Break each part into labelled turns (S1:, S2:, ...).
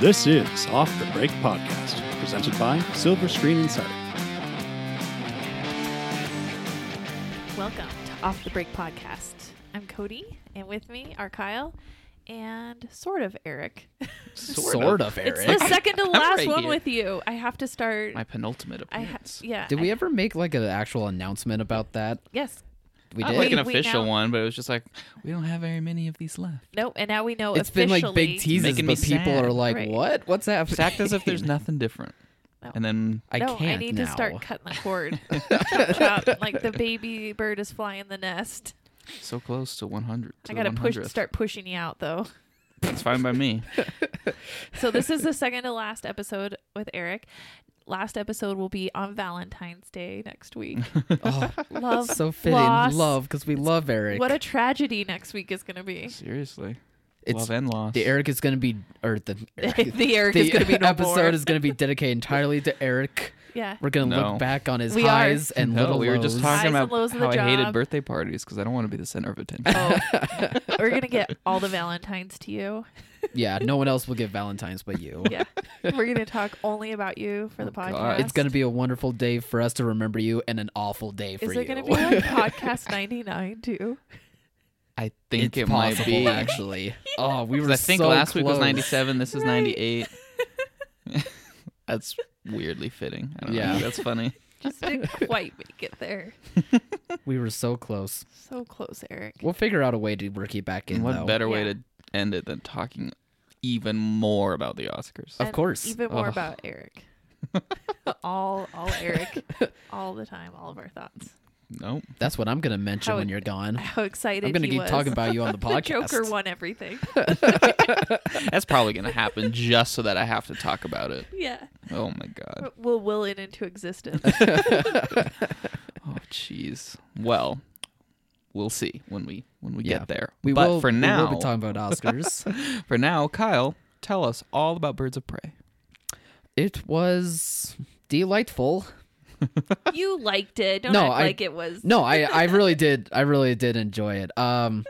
S1: This is Off the Break Podcast, presented by Silver Screen Insider.
S2: Welcome to Off the Break Podcast. I'm Cody, and with me are Kyle and sort of Eric.
S3: Sort,
S4: Sort
S3: of.
S4: of, Eric.
S2: It's the second to
S3: I'm
S2: last
S3: right
S2: one
S3: here.
S2: with you. I have to start.
S3: My penultimate
S2: I ha-
S3: appearance.
S2: yeah.
S4: Did we
S2: I-
S4: ever make like an actual announcement about that?
S2: Yes.
S4: We
S3: Not
S4: did.
S3: like an
S2: We- we
S3: official
S2: now-
S3: one, but it was just like we don't have very many of these left.
S2: Nope. And now we know
S4: It's been
S2: officially.
S4: like big teases,
S3: Making me
S4: but people
S3: sad.
S4: are like,
S2: Right.
S4: "What? What's happening?"
S3: Just act as if there's nothing different,
S2: No.
S3: and then
S4: I
S2: no,
S4: can't
S2: I need to
S4: now.
S2: start cutting the cord. chop, chop. Like the baby bird is flying the nest.
S3: so close to 100. To
S2: I
S3: the
S2: gotta push,
S3: 100th.
S2: start pushing you out though.
S3: It's fine by me.
S2: So this is the second to last episode with Eric. Last episode will be on Valentine's Day next week.
S4: oh,
S2: Love,
S4: so fitting.
S2: loss.
S4: Love because we love Eric.
S2: What a tragedy next week is going to be.
S3: Seriously,
S4: It's-
S3: love and loss.
S4: the Eric is going to be, or the Eric,
S2: the Eric
S4: the
S2: is going to be no
S4: episode
S2: more.
S4: is going to be dedicated entirely to Eric.
S2: yeah.
S4: We're going to
S3: No.
S4: look back on his
S2: We are.
S4: highs and
S3: no,
S4: little
S3: we were just
S4: lows.
S2: Highs
S3: talking
S2: and
S3: about
S2: lows of the
S3: how I hated
S2: job.
S3: birthday parties because I don't want to be the center of attention.
S2: Oh, we're gonna get all the Valentines to you.
S4: Yeah, no one else will give Valentine's but you.
S2: Yeah, we're gonna talk only about you for the podcast.
S3: God.
S4: Oh It's going to be a wonderful day for us to remember you and an awful day for
S2: Is
S4: you.
S2: it gonna be like podcast ninety nine too?
S3: I
S4: it's
S3: think it
S4: possible,
S3: might be.
S4: actually. Oh, we were
S3: I think
S4: so
S3: last week was
S4: close.
S3: 97. This is 98. That's weirdly fitting. I don't
S4: Yeah.
S3: know. That's funny.
S2: Just didn't quite make it there.
S4: We were so close.
S2: So close, Eric.
S4: We'll figure out a way to work it back in,
S3: And what
S4: though.
S3: better way
S2: Yeah.
S3: to end it than talking even more about the Oscars?
S4: Of
S2: And
S4: course. Oh.
S2: Even more
S3: Ugh.
S2: about Eric. all, all Eric, all the time, all of our thoughts.
S3: Nope.
S4: That's what I'm going to mention
S2: How
S4: when
S2: it-
S4: you're gone.
S2: How excited
S4: I'm going to
S2: he
S4: keep
S2: was.
S4: talking about you on the
S2: the
S4: podcast.
S2: Joker won everything.
S3: That's probably going to happen just so that I have to talk about it.
S2: yeah,
S3: Oh my god.
S2: we'll will it into existence.
S3: Oh jeez. Well, we'll see when we when we
S4: Yeah.
S3: get there.
S4: We
S3: but
S4: will,
S3: for now,
S4: we will be talking about Oscars.
S3: for now, Kyle, tell us all about Birds of Prey.
S4: it was delightful.
S2: you liked it. Don't
S4: No,
S2: act
S4: I-
S2: like it was.
S4: No, I, I really did. I really did enjoy it. Um,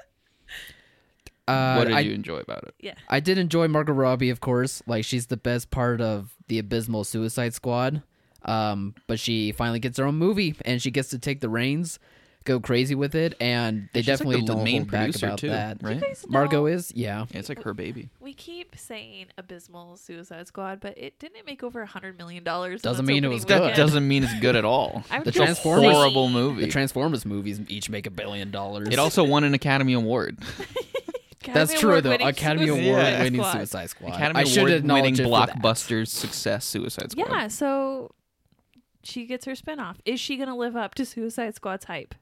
S4: uh,
S3: what did
S4: I,
S3: you enjoy about it?
S2: Yeah.
S4: I did enjoy Margot Robbie, of course. Like she's the best part of the abysmal Suicide Squad. Um, but she finally gets her own movie, and she gets to take the reins, go crazy with it, and they
S3: She's, like,
S4: definitely
S3: the
S4: don't
S3: main
S4: hold back
S3: producer,
S4: about
S3: too,
S4: that.
S3: right?
S2: You guys know-
S4: Margot is, yeah.
S3: Yeah, it's like her baby.
S2: We keep saying abysmal Suicide Squad, but it didn't make over a hundred million dollars.
S4: Doesn't mean it was
S3: That
S4: good.
S3: doesn't mean it's good at all.
S2: I'm
S4: The
S2: just
S3: it's a
S4: Transformers-
S3: horrible
S2: saying.
S3: movie.
S4: The Transformers movies each make a billion dollars.
S3: it also won an Academy Award.
S2: Academy
S4: That's true, though.
S2: Award-winning
S4: Academy
S2: Suicide
S4: Award
S3: Squad.
S4: winning
S2: Squad.
S4: Suicide Squad.
S3: Academy
S4: I should
S3: Award
S4: acknowledge
S3: winning
S4: it for that.
S3: blockbuster success Suicide Squad.
S2: Yeah, so she gets her spinoff. Is she gonna live up to Suicide Squad's hype?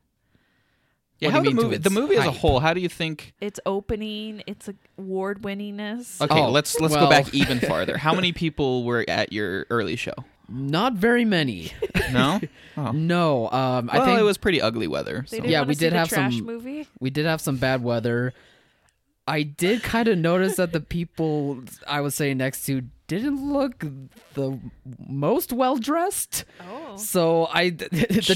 S3: Yeah,
S4: What
S3: how
S4: do
S3: the
S4: you mean to
S3: movie
S4: its
S3: the movie as a
S4: hype?
S3: whole, how do you think
S2: It's opening. It's award winningness.
S3: Okay,
S4: Oh,
S3: let's let's go
S4: well.
S3: back even farther. How many people were at your early show?
S4: Not very many.
S3: No? Oh.
S4: No, um,
S3: Well,
S4: I think
S3: it was pretty ugly weather.
S2: They
S3: so-
S2: didn't
S4: Yeah,
S2: wanna
S4: we
S2: see
S4: did
S2: the
S4: have
S2: trash
S4: some-
S2: movie.
S4: we did have some bad weather. I did kind of notice that the people I was sitting next to didn't look the most well dressed.
S2: Oh,
S4: So I, the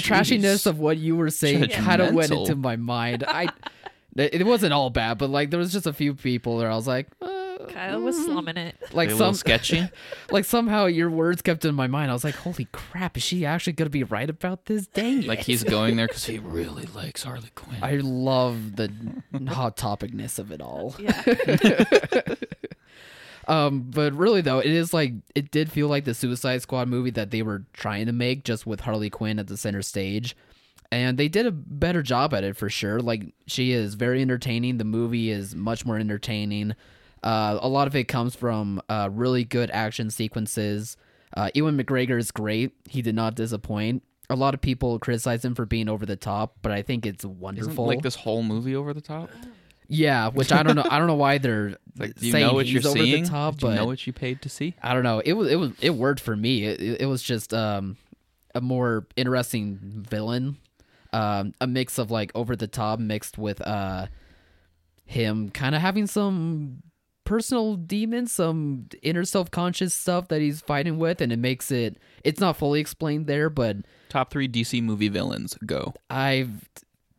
S4: trashiness of what you were saying kind of went
S3: Judgmental.
S4: into my mind. I, it wasn't all bad, but like there was just a few people where I was like, uh,
S2: Kyle was slumming it.
S4: like
S3: They a little
S4: some
S3: sketchy.
S4: like somehow your words kept in my mind. I was like, "Holy crap! Is she actually gonna be right about this? Dang it!"
S3: like he's going there because he really likes Harley Quinn.
S4: I love the hot topicness of it all.
S2: Yeah,
S4: Um, but really though, it is like it did feel like the Suicide Squad movie that they were trying to make, just with Harley Quinn at the center stage, and they did a better job at it for sure. Like she is very entertaining. The movie is much more entertaining. Uh, a lot of it comes from uh, really good action sequences. Uh, Ewan McGregor is great. He did not disappoint. A lot of people criticize him for being over the top, but I think it's
S3: Isn't,
S4: wonderful.
S3: like this whole movie over the top.
S4: Yeah, which I don't know. I don't know why they're
S3: Like do you
S4: saying
S3: know what
S4: he's
S3: you're
S4: over
S3: seeing?
S4: the top,
S3: Did you
S4: but
S3: know what you paid to see?
S4: I don't know. It was it was it worked for me. It, it, it was just um a more interesting villain, um a mix of like over the top mixed with uh him kind of having some personal demons, some inner self conscious stuff that he's fighting with, and it makes it it's not fully explained there, but
S3: Top three DC movie villains. Go.
S4: I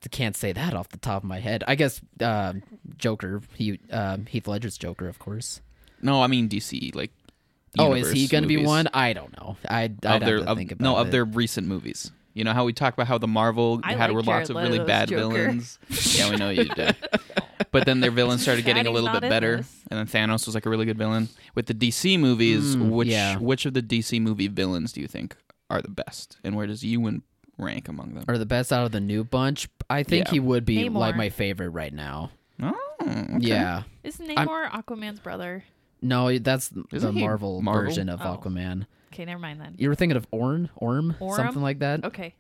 S4: can't say that off the top of my head. I guess um Joker, he um Heath Ledger's Joker, of course.
S3: No, I mean DC. Like
S4: Oh, is he
S3: universe
S4: going to be
S3: movies.
S4: one? I don't know. I I'd
S3: of
S4: have
S3: their
S4: to
S3: of-
S4: think about
S3: no
S4: it.
S3: of their recent movies. You know how we talk about how the Marvel
S2: I
S3: had
S2: like
S3: lots of
S2: Jared
S3: really
S2: Leto's
S3: bad
S2: Joker.
S3: villains. yeah, we know you did. But then their villains started getting
S2: Sad
S3: a
S2: he's
S3: little
S2: not
S3: bit
S2: in
S3: better,
S2: this.
S3: and then Thanos was like a really good villain. With the DC movies,
S4: Mm,
S3: which
S4: yeah.
S3: which of the DC movie villains do you think are the best, and where does Ewan rank among them?
S4: or the best out of the new bunch. I think
S3: Yeah.
S4: he would be like
S2: Namor.
S4: my favorite right now.
S3: Oh, okay.
S4: Yeah.
S2: Is Namor Aquaman's brother?
S4: No, that's the
S3: Isn't he
S4: Marvel,
S3: Marvel?
S4: version of
S2: Oh.
S4: Aquaman.
S2: Okay, never mind then.
S4: You were thinking of Orn, Orm,
S2: Orm?
S4: something like that.
S2: Okay.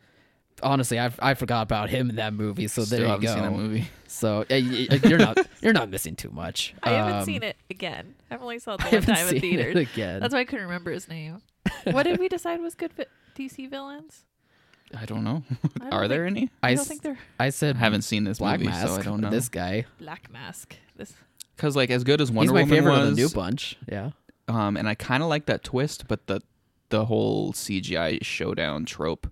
S4: Honestly, I, I forgot about him in that movie. So
S3: Still
S4: there you
S3: haven't
S4: go.
S3: seen that movie.
S4: So uh, y- y- you're not you're not missing too much.
S2: I haven't
S4: Um,
S2: seen it again. I've only saw it the
S4: I
S2: one
S4: haven't
S2: time
S4: seen
S2: in
S4: it
S2: theaters.
S4: again.
S2: That's why I couldn't remember his name. what did we decide was good vi- DC villains?
S3: I don't know.
S2: I don't
S3: are there
S2: think-
S3: any?
S2: I,
S4: I
S2: don't
S4: s-
S2: think they're
S4: I
S3: I
S4: said
S3: haven't seen this
S4: Black
S3: movie,
S4: Mask.
S3: so I don't know.
S4: This guy.
S2: Black Mask. This
S3: Because like as good as
S4: He's
S3: Wonder
S4: my
S3: Woman
S4: favorite
S3: was,
S4: of the new bunch. Yeah.
S3: um, and I kind of like that twist, but the the whole CGI showdown trope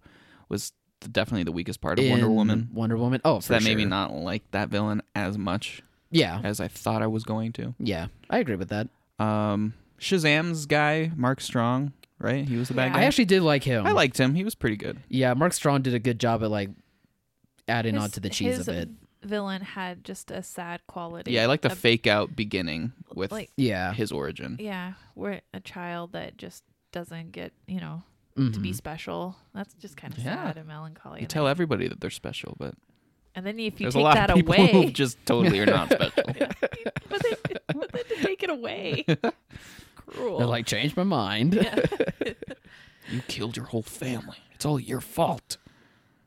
S3: was definitely the weakest part of Wonder
S4: In
S3: Woman.
S4: Wonder Woman. Oh,
S3: So that made me
S4: not.
S3: not like that villain as much
S4: Yeah.
S3: as I thought I was going to.
S4: Yeah. I agree with that.
S3: Um, Shazam's guy, Mark Strong, right? He was the bad
S2: Yeah.
S3: guy.
S4: I actually did like him.
S3: I liked him. He was pretty good.
S4: Yeah, Mark Strong did a good job at like adding
S2: his-
S4: on to the cheese
S2: his
S4: of it.
S2: Villain had just a sad quality.
S3: Yeah, I like the
S2: A-
S3: fake out beginning with
S2: Like
S4: Yeah.
S3: his origin.
S2: yeah, we're a child that just doesn't get you know
S4: Mm-hmm.
S2: to be special. That's just kind of
S3: Mm-hmm. Yeah.
S2: sad and melancholy.
S3: You
S2: And,
S3: tell everybody that they're special, but
S2: and then if you
S3: there's a
S2: take
S3: lot
S2: that
S3: of people who
S2: away,
S3: just totally are not special.
S2: but, then, but then to take it away, cruel.
S4: They're like, change my mind.
S3: You killed your whole family. It's all your fault.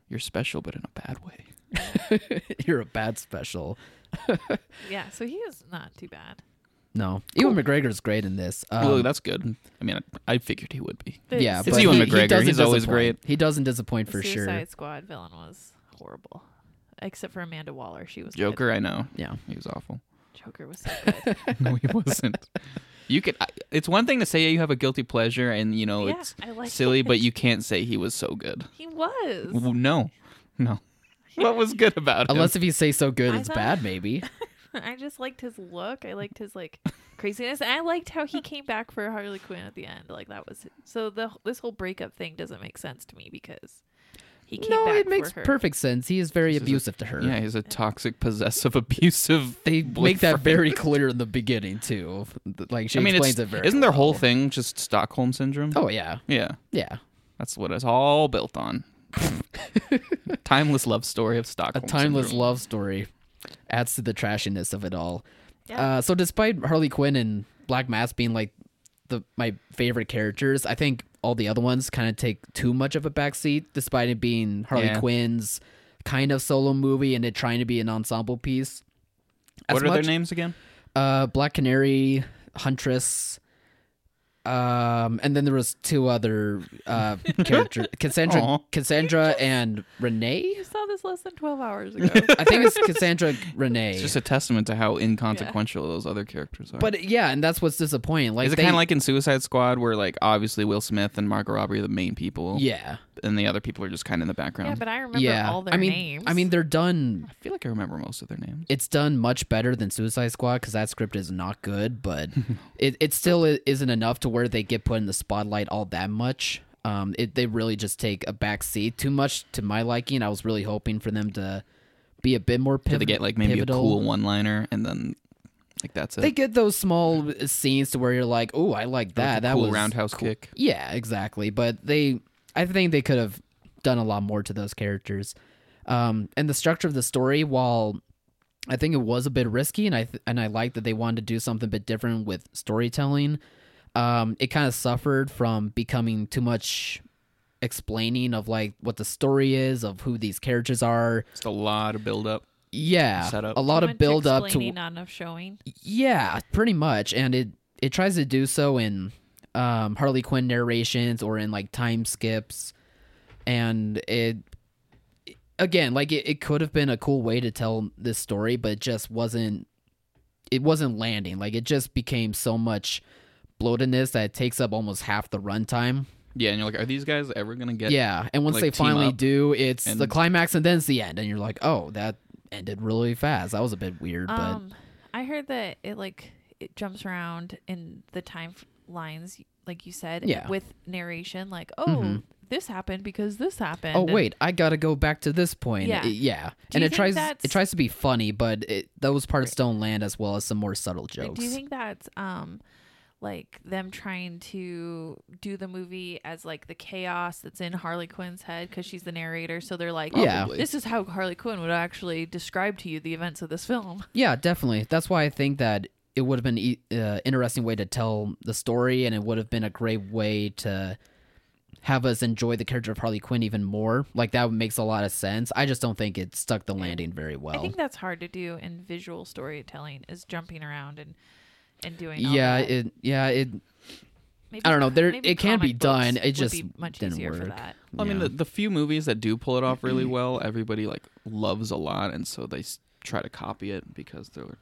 S3: You're special, but in a bad way.
S4: You're a bad special.
S2: yeah, so he is not too bad.
S4: No. Ewan McGregor's great in this. Um,
S3: well, that's good. I mean, I, I figured he would be.
S2: The
S4: yeah,
S2: Suicide
S4: but
S3: Ewan
S4: he- he
S3: McGregor.
S4: doesn't
S3: He's always
S4: disappoint. He doesn't disappoint for
S2: Suicide
S4: sure.
S2: Squad villain was horrible, except for Amanda Waller. She was good.
S3: Joker, I know.
S4: Yeah.
S3: He was awful.
S2: Joker was so good.
S3: No, he wasn't. You could. I- It's one thing to say you have a guilty pleasure, and you know
S2: Yeah,
S3: it's
S2: I like
S3: silly,
S2: it.
S3: but you can't say he was so good.
S2: he was.
S3: W- No, no. What was good about him?
S4: Unless if you say so good,
S2: I
S4: it's
S2: thought-
S4: bad, maybe.
S2: I just liked his look. I liked his like craziness, and I liked how he came back for Harley Quinn at the end. Like that was so the this whole breakup thing doesn't make sense to me because he came
S4: No,
S2: back
S4: it makes
S2: for her.
S4: perfect sense. He is very
S3: a-
S4: abusive to her.
S3: yeah, he's a toxic, possessive, abusive.
S4: They make that
S3: boyfriend.
S4: very clear in the beginning too. Like she
S3: I mean,
S4: explains
S3: it's,
S4: it very.
S3: isn't their whole
S4: well.
S3: thing just Stockholm syndrome?
S4: Oh yeah,
S3: yeah.
S4: yeah.
S3: That's what it's all built on. timeless love story of
S4: a
S3: Stockholm.
S4: timeless
S3: syndrome.
S4: love story adds to the trashiness of it all.
S2: Yeah.
S4: Uh, so despite Harley Quinn and Black Mask being like the my favorite characters, I think all the other ones kind of take too much of a backseat, despite it being Harley
S3: Yeah.
S4: Quinn's kind of solo movie and it trying to be an ensemble piece. As
S3: What are
S4: much-
S3: their names again?
S4: Uh, Black Canary, Huntress. Um, and then there was two other uh characters, Cassandra,
S3: Aw.
S4: Cassandra, and Renee.
S2: You saw this less than twelve hours ago.
S4: I think it's Cassandra Renee.
S3: It's just a testament to how inconsequential those other characters are.
S4: But yeah, and that's what's disappointing. Like
S3: is it
S4: they-
S3: kind of like in Suicide Squad, where like obviously Will Smith and Margot Robbie are the main people,
S4: yeah,
S3: and the other people are just kind of in the background?
S2: yeah, but I remember
S4: yeah.
S2: all their
S4: I mean,
S2: names.
S4: I mean, they're done.
S3: I feel like I remember most of their names.
S4: It's done much better than Suicide Squad because that script is not good, but it it still i- isn't enough to where they get put in the spotlight all that much. Um, it they really just take a back seat too much to my liking. I was really hoping for them to be a bit more piv-
S3: Did they get like maybe
S4: pivotal.
S3: a cool one-liner, and then like that's it?
S4: They get those small scenes to where you're like, oh, I like that.
S3: Like a
S4: that
S3: cool
S4: was
S3: roundhouse kick.
S4: Yeah, exactly. But they, I think they could have done a lot more to those characters. Um, and the structure of the story, while I think it was a bit risky, and I th- and I like that they wanted to do something a bit different with storytelling. Um, it kind of suffered from becoming too much explaining of like what the story is of who these characters are.
S3: Just a lot of build-up.
S4: Yeah,
S3: Setup.
S4: a lot
S2: Too much
S4: of build up to
S2: explaining, not enough showing.
S4: yeah, pretty much. And it it tries to do so in um, Harley Quinn narrations or in like time skips, and it again like it, it could have been a cool way to tell this story, but it just wasn't. It wasn't landing. Like it just became so much bloatedness that it takes up almost half the runtime.
S3: Yeah, and you're like, are these guys ever gonna get?
S4: Yeah, and once
S3: Like,
S4: they
S3: team
S4: finally
S3: up
S4: do, it's the
S3: and-
S4: climax and then it's the end, and you're like, oh, that ended really fast. That was a bit weird, but
S2: Um, I heard that it like it jumps around in the time f- lines like you said,
S4: Yeah.
S2: with narration, like, oh,
S4: Mhm.
S2: this happened because this happened.
S4: oh
S2: and-
S4: wait, I gotta go back to this point.
S2: Yeah.
S4: I- yeah.
S2: Do
S4: And
S2: you
S4: it
S2: think
S4: tries
S2: that's-
S4: it tries to be funny, but it, those parts don't land as well as some more subtle
S2: and
S4: jokes.
S2: Do you think that's um like them trying to do the movie as like the chaos that's in Harley Quinn's head because she's the narrator, so they're like, "Oh,
S4: Yeah.
S3: Probably.
S2: This is how Harley Quinn would actually describe to you the events of this film.
S4: yeah, definitely. That's why I think that it would have been e- uh, interesting way to tell the story, and it would have been a great way to have us enjoy the character of Harley Quinn even more. Like that makes a lot of sense. I just don't think it stuck the landing very well.
S2: I think that's hard to do in visual storytelling is jumping around and and doing. all
S4: yeah,
S2: that.
S4: it yeah it
S2: Maybe
S4: I don't know.
S2: co-
S4: There-
S2: maybe
S4: it can be
S2: comic books
S4: done,
S2: would
S4: it
S2: be
S4: just
S2: much
S4: didn't
S2: easier for
S4: work.
S2: that.
S3: I mean,
S4: Yeah.
S3: the, the few movies that do pull it off really well, everybody like loves a lot, and so they s- try to copy it because they're,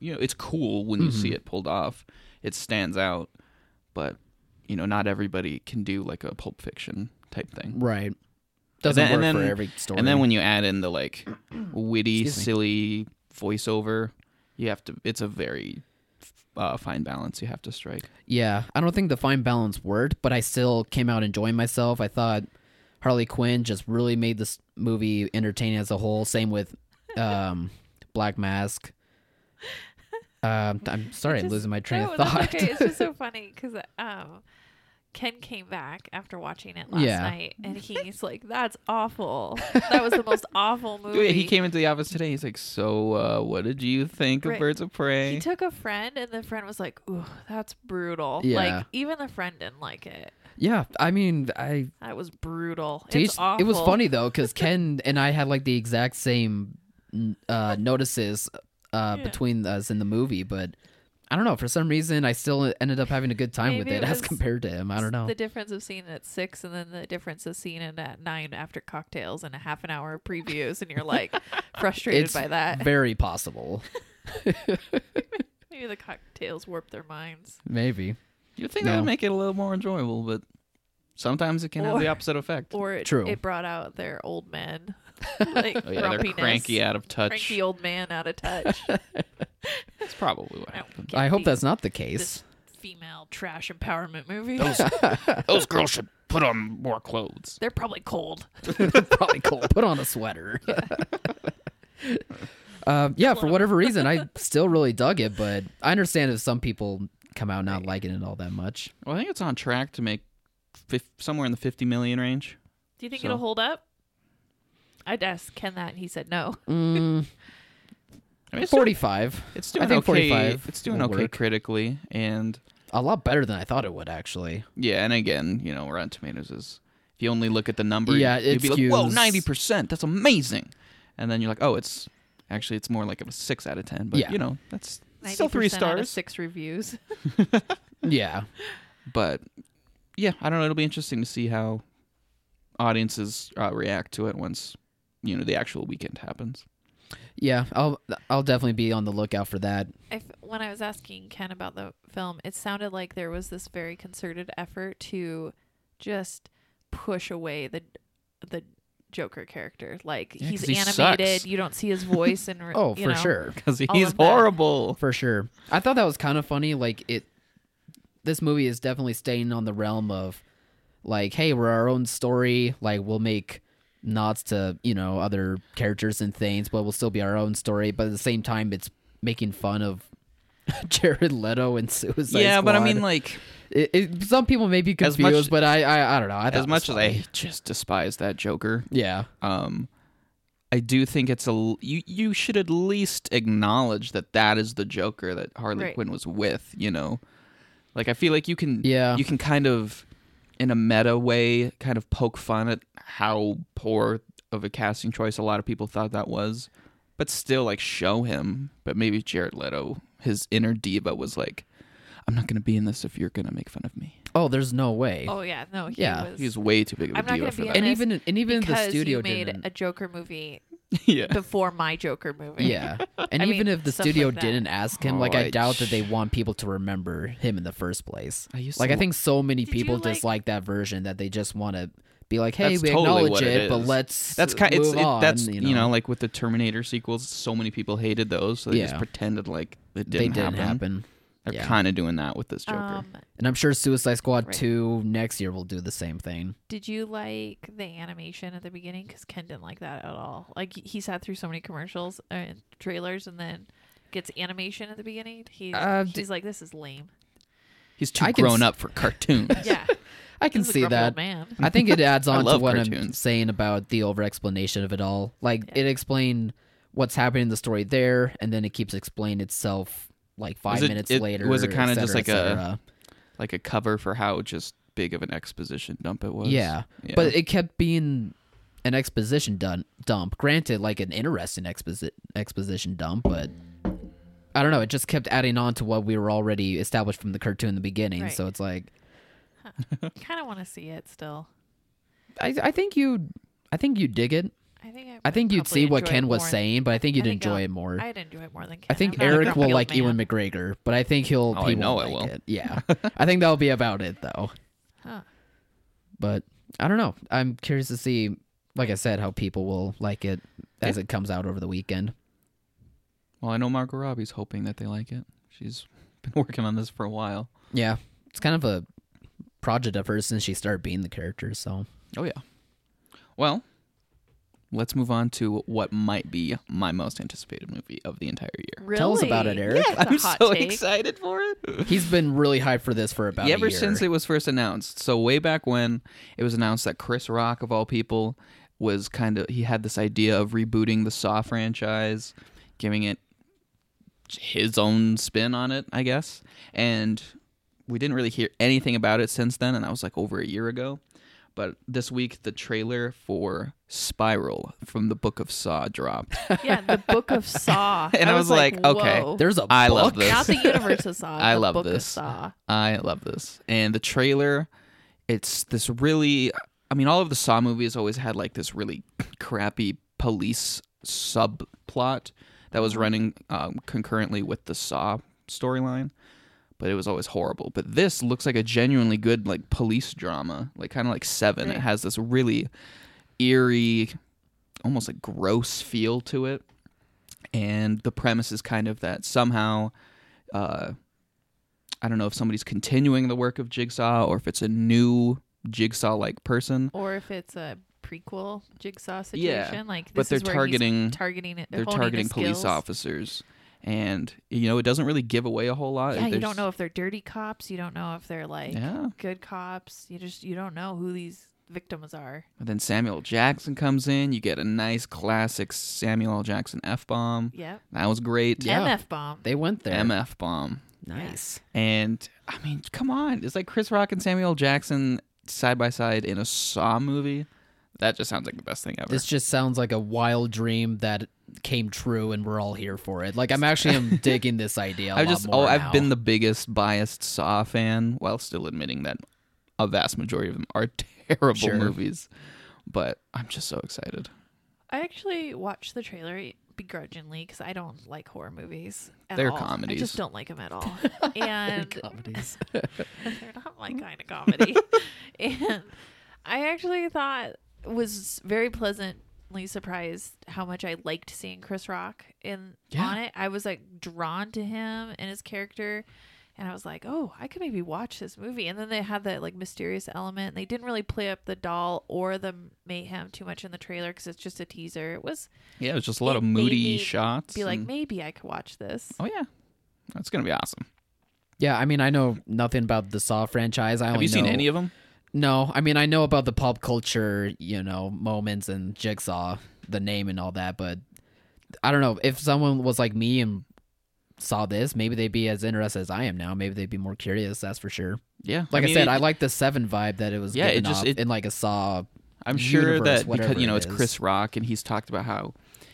S3: you know, it's cool when you
S4: Mm-hmm.
S3: see it pulled off. It stands out, but you know, not everybody can do like a Pulp Fiction type thing.
S4: right doesn't
S3: then-
S4: work
S3: and
S4: for
S3: then-
S4: every story.
S3: And then when you add in the like witty,
S4: Excuse me.
S3: silly voiceover, you have to. It's a very uh, fine balance you have to strike.
S4: Yeah, I don't think the fine balance worked, but I still came out enjoying myself. I thought Harley Quinn just really made this movie entertaining as a whole. Same with um, Black Mask. Um, I'm sorry, I'm
S2: Just-
S4: losing my train
S2: no,
S4: of
S2: that's
S4: thought.
S2: okay. It's just so funny because um, Ken came back after watching it last
S4: Yeah.
S2: night, and he's like, "That's awful. That was the most awful movie."
S3: He came into the office today. He's like, "So, uh, what did you think of
S2: Right.
S3: Birds of Prey?"
S2: He took a friend, and the friend was like, "Ooh, that's brutal."
S4: Yeah.
S2: Like even the friend didn't like it.
S4: yeah, I mean, I
S2: That was brutal.
S4: taste-
S2: it's awful.
S4: it was funny though because Ken and I had like the exact same uh, notices uh,
S2: Yeah.
S4: between us in the movie, but. I don't know. For some reason, I still ended up having a good time with
S2: Maybe
S4: it,
S2: it
S4: as
S2: was
S4: compared to him. I don't know.
S2: The difference of seeing it at six, and then the difference of seeing it at nine after cocktails and a half an hour of previews, and you're like frustrated
S4: It's
S2: by that.
S4: Very possible.
S2: Maybe the cocktails warp their minds.
S4: Maybe.
S3: You think
S4: No.
S3: that would make it a little more enjoyable, but sometimes it can have the
S2: Or-
S3: opposite effect.
S2: or it,
S4: True.
S2: it brought out their old men like
S3: oh yeah, they're
S2: grumpiness.
S3: cranky, out of touch.
S2: cranky old man out of touch
S3: That's probably what
S2: I
S3: happened.
S2: don't
S4: I
S2: get
S4: hope
S2: the-
S4: that's not the
S2: this
S4: case.
S2: female trash empowerment movie
S3: Those girls should put on more clothes.
S2: they're probably cold
S4: Probably cool. Put on a sweater. um, yeah, for whatever reason, I still really dug it, but I understand if some people come out not liking it all that much.
S3: Well, I think it's on track to make fif- somewhere in the fifty million range.
S2: do you think
S3: So-
S2: it'll hold up i asked ken that and he said no
S3: I mean,
S4: Mm,
S3: it's doing,
S4: 45.
S3: it's doing
S4: I think
S3: okay.
S4: 45
S3: It's doing
S4: will
S3: okay
S4: work.
S3: critically, and
S4: A lot better than I thought it would, actually.
S3: yeah, and again, you know, Rotten Tomatoes is if you only look at the number,
S4: Yeah,
S3: you'd
S4: it
S3: be like, "Whoa,
S4: skews-
S3: ninety percent! That's amazing!" And then you're like, "Oh, it's actually it's more like of a six out of ten, but
S4: Yeah.
S3: you know, that's it's still three
S2: 90% out of
S3: stars.
S2: six reviews
S4: Yeah.
S3: but yeah, I don't know. It'll be interesting to see how audiences uh, react to it once you know the actual weekend happens.
S4: Yeah, I'll I'll definitely be on the lookout for that.
S2: I f when I was asking Ken about the film, it sounded like there was this very concerted effort to just push away the the Joker character. Like
S3: Yeah, 'cause
S2: he's
S3: he
S2: animated,
S3: sucks.
S2: you don't see his voice, and re-
S4: Oh,
S2: you
S4: for
S2: know.
S4: sure.
S3: Because
S2: All
S3: he's
S2: of that.
S3: horrible.
S4: For sure. I thought that was kind of funny. Like it this movie is definitely staying on the realm of like, hey, we're our own story, like we'll make nods to, you know, other characters and things, but we'll still be our own story. But at the same time it's making fun of Jared Leto and Suicide
S3: yeah, but I
S4: Squad.
S3: mean, like
S4: it, it, some people may be
S3: As
S4: confused,
S3: much-
S4: but I, I, I don't know. I thought it
S3: as
S4: was
S3: much as
S4: funny.
S3: I just despise that Joker,
S4: yeah,
S3: um, I do think it's a l- you. You should at least acknowledge that that is the Joker that Harley
S2: Right.
S3: Quinn was with. You know, like I feel like you can
S4: Yeah.
S3: you can kind of in a meta way kind of poke fun at how poor of a casting choice a lot of people thought that was, but still like show him. But maybe Jared Leto, his inner diva, was like, "I'm not gonna be in this if you're gonna make fun of me."
S4: oh, there's no way.
S2: Oh yeah, no, he
S4: Yeah,
S2: was.
S3: He's way too big of a
S2: I'm not
S3: diva
S2: gonna
S3: for
S2: be
S3: that.
S4: and
S2: this
S4: even and even the
S2: because
S4: studio
S2: you made
S4: didn't.
S2: a Joker movie
S3: yeah.
S2: before my Joker movie.
S4: Yeah. And
S2: I
S4: even
S2: mean,
S4: if the
S2: stuff
S4: studio
S2: like that.
S4: didn't ask him, like
S3: Oh,
S4: I,
S3: I
S4: doubt that
S3: sh-
S4: they want people to remember him in the first place.
S3: I used
S4: Like
S3: to
S4: I think so many
S2: Did you,
S4: people
S2: like-
S4: dislike that version that they just want to be like, "Hey,
S3: That's
S4: we
S3: totally
S4: acknowledge
S3: what
S4: it,
S3: it
S4: but
S3: is.
S4: let's
S3: that's kind. It's
S4: move
S3: it-
S4: on,"
S3: that's
S4: you
S3: you
S4: know,
S3: know? like with the Terminator sequels, so many people hated those, so they
S4: Yeah.
S3: just pretended like it didn't,
S4: they didn't happen.
S3: They're
S4: Yeah.
S3: kind of doing that with this Joker.
S2: Um,
S4: And I'm sure Suicide Squad
S2: Right.
S4: 2 next year will do the same thing.
S2: did you like the animation at the beginning? Because Ken didn't like that at all. Like he sat through so many commercials and trailers, and then gets animation at the beginning. He
S4: Uh, d-
S2: he's like, this is lame.
S3: He's too
S4: I can
S3: grown
S4: s-
S3: up for cartoons.
S2: Yeah,
S4: I can
S2: he's a
S4: see
S2: grumpy old
S4: that.
S2: man.
S4: I think it adds
S3: I
S4: on to
S3: love
S4: what I'm
S3: cartoons.
S4: saying about the over explanation of it all. Like it explained what's happening in the story there, and then it keeps explaining itself like five
S3: it-
S4: minutes
S3: it-
S4: later.
S3: was it kinda just like a-
S4: a
S3: like a cover for how just big of an exposition dump it was.
S4: yeah. But it kept being an exposition dun- dump. Granted, like an interesting exposi- exposition dump, but I don't know. It just kept adding on to what we were already established from the cartoon in the beginning.
S2: Right.
S4: So it's like
S2: kind of want to see it still.
S4: I, I think you, I think you dig it.
S2: I think I,
S4: I
S2: would
S4: think you'd
S2: probably
S4: see what
S2: enjoy it
S4: Ken was
S2: more-
S4: saying, but I think you'd
S2: I think
S4: enjoy
S2: I'll-
S4: it more.
S2: I'd enjoy it more than Ken.
S4: I think
S2: I'm not a
S4: Eric
S2: grumpy
S4: will
S2: old
S4: like
S2: man.
S4: Ewan McGregor, but I think he'll.
S3: Oh,
S4: he
S3: I know
S4: won't
S3: I
S4: like
S3: will.
S4: It. Yeah, I think that'll be about it though.
S2: Huh.
S4: But I don't know. I'm curious to see, like I said, how people will like it as it comes out over the weekend.
S3: well, I know Margot Robbie's hoping that they like it. She's been working on this for a while.
S4: Yeah, it's kind of a project of hers since she started being the character. So
S3: Oh yeah. Well, let's move on to what might be my most anticipated movie of the entire year.
S2: Really?
S4: Tell us about it, Eric.
S2: Yeah, it's a
S3: I'm
S2: hot
S3: so
S2: take.
S3: excited for it.
S4: he's been really hyped for this for about a
S3: ever
S4: year.
S3: since it was first announced. So way back when it was announced that Chris Rock of all people was kind of he had this idea of rebooting the Saw franchise, giving it his own spin on it, I guess. And we didn't really hear anything about it since then, and that was like over a year ago. But this week, the trailer for Spiral from the Book of Saw dropped.
S2: Yeah, the Book of Saw.
S3: And I was like, okay,
S2: whoa.
S4: there's a
S3: I
S4: book.
S3: love this.
S2: not the universe of Saw.
S3: I
S2: the
S3: love
S2: Book Of
S3: this.
S2: Saw.
S3: I love this. And the trailer, it's this really I mean, all of the Saw movies always had like this really crappy police subplot that was running um, concurrently with the Saw storyline, but it was always horrible. But this looks like a genuinely good like police drama, like kind of like Seven. It
S2: Right.
S3: has this really eerie, almost like gross feel to it, and the premise is kind of that somehow. Uh, I don't know if somebody's continuing the work of Jigsaw or if it's a new Jigsaw like person.
S2: Or if it's a prequel Jigsaw
S3: Yeah,
S2: situation, like this
S3: but they're
S2: is where he's
S3: targeting-
S2: targeting it.
S3: They're
S2: honing his
S3: targeting police
S2: skills.
S3: officers. And you know, it doesn't really give away a whole lot.
S2: Yeah, you
S3: There's-
S2: don't know if they're dirty cops. You don't know if they're like
S3: Yeah.
S2: good cops. You just you don't know who these victims are.
S3: But then Samuel Jackson comes in, you get a nice classic Samuel L. Jackson F bomb.
S2: Yep.
S3: That was great.
S4: Yeah.
S2: MF bomb.
S4: They went there.
S3: MF bomb.
S4: nice.
S3: And I mean, come on. It's like Chris Rock and Samuel L. Jackson side by side in a Saw movie. That just sounds like the best thing ever.
S4: This just sounds like a wild dream that came true, and we're all here for it. Like I'm actually am digging this idea. I
S3: I've just oh, I've been the biggest biased Saw fan while still admitting that a vast majority of them are terrible
S4: Sure.
S3: movies. But I'm just so excited.
S2: I actually watched the trailer begrudgingly because I don't like horror movies. At
S3: They're
S2: all. I
S3: comedies.
S2: just don't like them at all. And
S4: comedies.
S2: they're not my kind of comedy. and I actually thought was very pleasantly surprised how much I liked seeing Chris Rock in
S3: Yeah.
S2: on it. I was like drawn to him and his character. And I was like, oh, I could maybe watch this movie. And then they had that like mysterious element. They didn't really play up the doll or the mayhem too much in the trailer because it's just a teaser. It was
S3: Yeah, it's just a lot
S2: It
S3: of
S2: made
S3: moody
S2: me
S3: shots.
S2: be like,
S3: and-
S2: maybe I could watch this.
S3: oh yeah, that's gonna be awesome.
S4: Yeah, I mean, I know nothing about the Saw franchise. I
S3: Have
S4: only
S3: you seen
S4: know-
S3: any of them?
S4: No, I mean, I know about the pop culture, you know, moments and Jigsaw, the name and all that, but I don't know if someone was like me and saw this, maybe they'd be as interested as I am now. Maybe they'd be more curious. That's for sure.
S3: Yeah,
S4: Like I,
S3: mean,
S4: said,
S3: it-
S4: I like the Seven vibe that it was.
S3: Yeah,
S4: Yeah,
S3: it
S4: it
S3: just- it-
S4: in like a Saw.
S3: I'm sure
S4: universe,
S3: that because
S4: whatever
S3: you know
S4: it
S3: it's
S4: is.
S3: Chris Rock and he's talked about how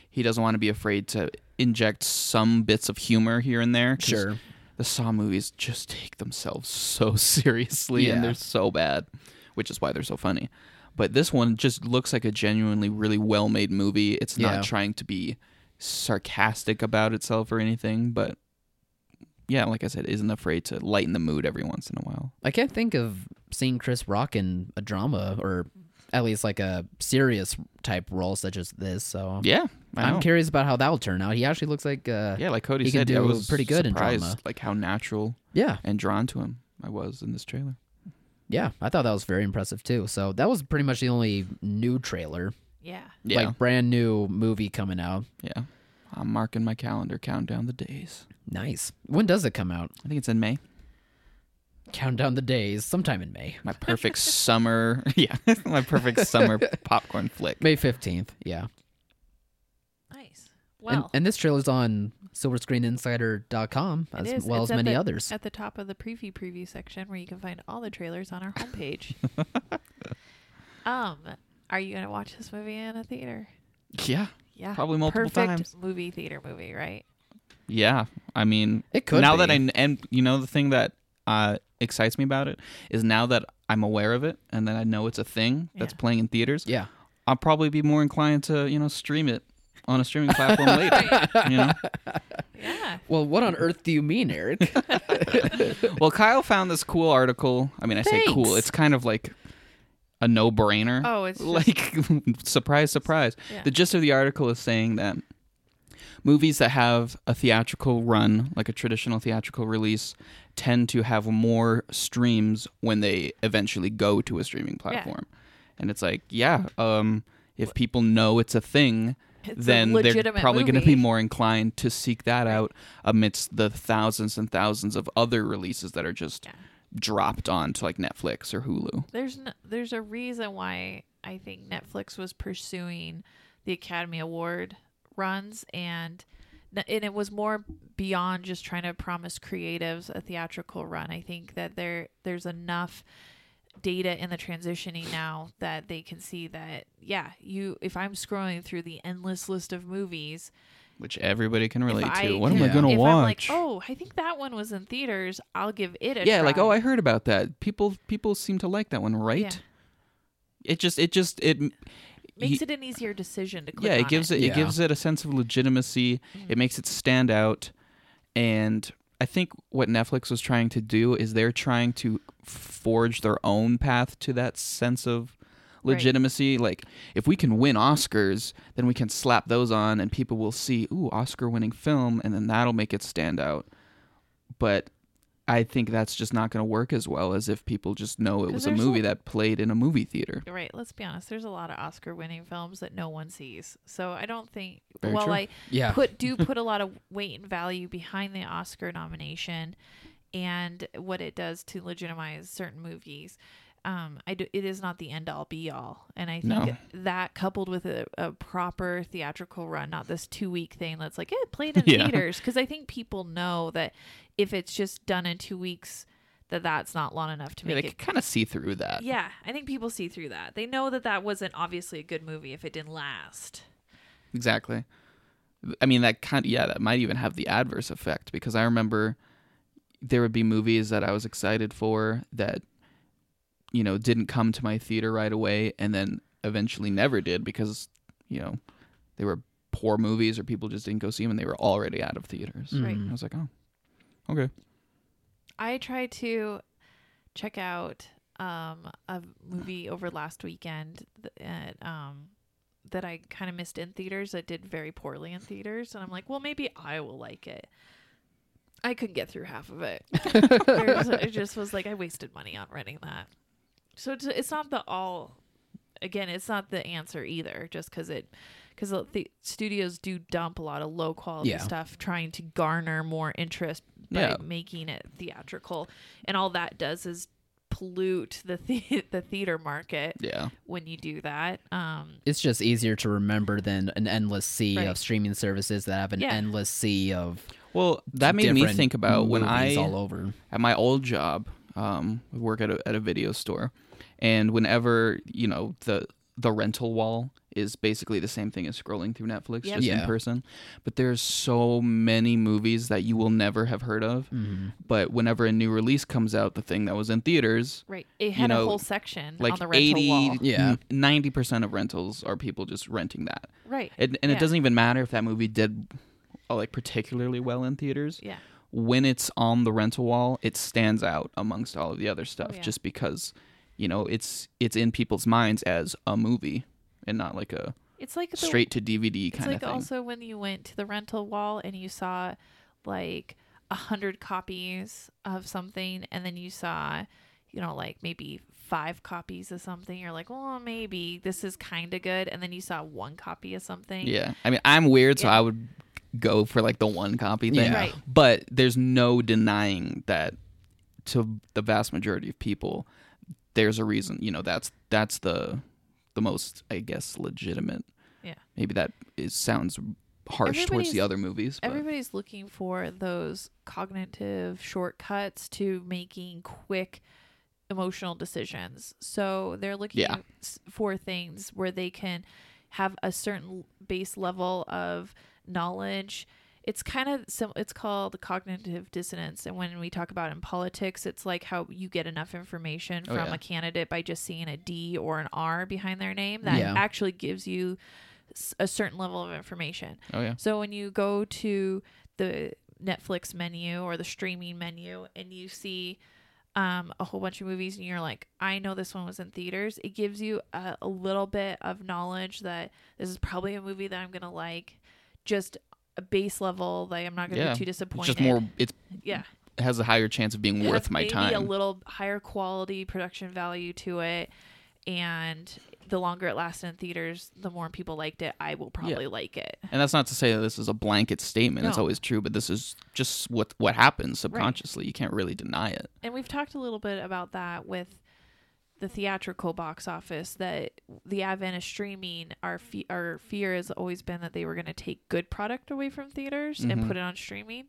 S3: he doesn't want to be afraid to inject some bits of humor here and there. 'cause
S4: Sure.
S3: the Saw movies just take themselves so seriously
S4: Yeah.
S3: and they're so bad, which is why they're so funny. But this one just looks like a genuinely really well made movie. It's
S4: Yeah.
S3: not trying to be sarcastic about itself or anything, but yeah, like I said, isn't afraid to lighten the mood every once in a while.
S4: I can't think of seeing Chris Rock in a drama or at least like a serious type role such as this. So
S3: Yeah, I
S4: I'm
S3: know.
S4: curious about how that will turn out. He actually looks like uh,
S3: Yeah, like Cody
S4: He can
S3: said, I
S4: do
S3: was
S4: pretty good in
S3: surprised,
S4: drama.
S3: Like how natural
S4: yeah,
S3: and drawn to him I was in this trailer.
S4: yeah. I thought that was very impressive too. So that was pretty much the only new trailer,
S2: Yeah.
S3: Yeah,
S4: like brand new movie coming out.
S3: yeah. I'm marking my calendar, count down the days.
S4: Nice. When does it come out?
S3: I think it's in May.
S4: Count down the days, sometime in May.
S3: My perfect summer. Yeah, my perfect summer popcorn flick.
S4: May 15th, yeah.
S2: Nice.
S4: And,
S2: Well,
S4: and this trailer's on silverscreeninsider.com
S2: it
S4: as
S2: is.
S4: well
S2: It's
S4: as
S2: at
S4: many
S2: the-
S4: others.
S2: At the top of the preview preview section where you can find all the trailers on our homepage. um, are you gonna watch this movie in a theater?
S3: Yeah,
S2: Yeah.
S3: Probably multiple
S2: Perfect
S3: times.
S2: Movie theater movie, right?
S3: yeah. I mean,
S4: It could
S3: now that
S4: be.
S3: I kn- and you know the thing that uh, excites me about it is now that I'm aware of it and that I know it's a thing that's
S2: Yeah.
S3: playing in theaters.
S4: Yeah.
S3: I'll probably be more inclined to you know stream it on a streaming platform later. You know.
S2: Yeah.
S4: Well, what on earth do you mean, Eric?
S3: Well, Kyle found this cool article. I mean, I say cool.
S4: Thanks.
S3: It's kind of like a no-brainer.
S2: Oh, it's just-
S3: like surprise, surprise.
S2: Yeah.
S3: The gist of the article is saying that movies that have a theatrical run, like a traditional theatrical release, tend to have more streams when they eventually go to a streaming platform. And it's like, yeah, um, if people know it's a thing.
S2: It's a
S3: then they're
S2: legitimate
S3: probably going to
S2: movie.
S3: be more inclined to seek that out amidst the thousands and thousands of other releases that are just
S2: Yeah.
S3: dropped onto like Netflix or Hulu.
S2: There's no, there's a reason why I think Netflix was pursuing the Academy Award runs and n- and it was more beyond just trying to promise creatives a theatrical run. I think that there there's enough data in the transitioning now that they can see that yeah, you if I'm scrolling through the endless list of movies
S3: which everybody can relate
S2: I
S3: to. What am I
S4: can-
S3: going to
S2: if I'm like,
S3: watch?
S2: "Oh, I think that one was in theaters. I'll give it a
S3: yeah, like
S2: try."
S3: oh, I heard about that. People people seem to like that one, right? It just it just it
S2: makes
S3: you-
S2: it an easier decision to click
S3: yeah, it
S2: on Hmm.
S3: gives it,
S4: it.
S3: it gives it a sense of legitimacy. It makes it stand out, and I think what Netflix was trying to do is they're trying to forge their own path to that sense of
S2: Right.
S3: legitimacy. Like if we can win Oscars, then we can slap those on, and people will see ooh Oscar-winning film, and then that'll make it stand out. But I think that's just not going to work as well as if people just know it
S2: 'Cause
S3: was a
S2: there's a-
S3: movie that played in a movie theater.
S2: right let's be honest there's a lot of oscar winning films that no one sees so i don't think
S3: Very
S2: while
S3: true.
S2: i
S4: Yeah.
S2: put do put a lot of weight and value behind the oscar nomination and what it does to legitimize certain movies um, I do, it is not the end all be all and i think
S3: No.
S2: that coupled with a, a proper theatrical run not this two week thing that's like it played in
S3: Yeah.
S2: theaters because i think people know that if it's just done in two weeks that that's not long enough to
S3: Yeah,
S2: make
S3: they
S2: it
S3: could kind of see through that.
S2: yeah, I think people see through that. They know that that wasn't obviously a good movie if it didn't last.
S3: Exactly. I mean that kind yeah, that might even have the adverse effect because I remember there would be movies that I was excited for that you know didn't come to my theater right away and then eventually never did because you know they were poor movies or people just didn't go see them and they were already out of theaters.
S2: Right.
S3: I was like, "Oh. Okay.
S2: I tried to check out um, a movie over last weekend that um, that I kind of missed in theaters that did very poorly in theaters, and I'm like, well, maybe I will like it. I couldn't get through half of it. There's- it just was like I wasted money on renting that. So it's, it's not the all. Again, it's not the answer either, just because it because the studios do dump a lot of low quality
S4: Yeah.
S2: stuff, trying to garner more interest by
S3: Yeah.
S2: making it theatrical, and all that does is pollute the the, the theater market
S3: Yeah.
S2: when you do that. Um,
S4: It's just easier to remember than an endless sea
S2: Right.
S4: of streaming services that have an
S2: Yeah.
S4: endless sea of
S3: Well, that made me
S4: different
S3: think about when I
S4: movies all over.
S3: at my old job, um, I work at a, at a video store, and whenever you know the the rental wall is basically the same thing as scrolling through Netflix,
S2: Yep.
S3: just
S4: Yeah.
S3: in person. But there's so many movies that you will never have heard of.
S4: Mm-hmm.
S3: But whenever a new release comes out, the thing that was in theaters,
S2: right, it had a
S3: know,
S2: whole section
S3: like
S2: on the rental
S3: 80,
S2: wall.
S4: Yeah.
S3: ninety percent of rentals are people just renting that,
S2: Right,
S3: and, and
S2: Yeah.
S3: it doesn't even matter if that movie did uh, like particularly well in theaters
S2: yeah,
S3: when it's on the rental wall, it stands out amongst all of the other stuff
S2: yeah.
S3: just because you know, it's it's in people's minds as a movie and not like a
S2: It's like the,
S3: straight to DVD
S2: It's
S3: kind
S2: like
S3: of thing.
S2: also when you went to the rental wall and you saw like a hundred copies of something, and then you saw, you know, like maybe five copies of something. You're like, well, maybe this is kind of good, and then you saw one copy of something.
S3: yeah. I mean, I'm weird, so
S2: Yeah.
S3: I would go for like the one copy thing.
S4: Yeah.
S2: Right.
S3: But there's no denying that to the vast majority of people, there's a reason. You know, that's that's the the most, I guess, legitimate.
S2: Yeah.
S3: Maybe that is sounds harsh towards
S2: Everybody's-
S3: the other movies. But.
S2: Everybody's looking for those cognitive shortcuts to making quick emotional decisions. So they're looking
S3: Yeah.
S2: s- for things where they can have a certain l- base level of knowledge. It's kind of sim- it's called cognitive dissonance and when we talk about in politics it's like how you get enough information
S3: Oh,
S2: from
S3: yeah.
S2: a candidate by just seeing a D or an R behind their name that
S4: Yeah.
S2: actually gives you s- a certain level of information.
S3: oh yeah.
S2: So when you go to the Netflix menu or the streaming menu and you see um, a whole bunch of movies and you're like, I know this one was in theaters, it gives you a, a little bit of knowledge that this is probably a movie that I'm going to like, just a base level that I'm not going to
S3: Yeah.
S2: be too
S3: It's
S2: disappointed.
S3: just more. It
S2: yeah,
S3: has a higher chance of being
S2: It
S3: worth
S2: has
S3: my
S2: maybe
S3: time.
S2: a little higher quality production value to it, and the longer it lasted in theaters, the more people liked it. I will probably like it.
S3: And that's not to say that this is a blanket statement. It's
S2: No.
S3: always true, but this is just what what happens subconsciously. You can't really deny it.
S2: and we've talked a little bit about that with the theatrical box office that the advent of streaming our fe- our fear has always been that they were going to take good product away from theaters and
S3: Mhm.
S2: put it on streaming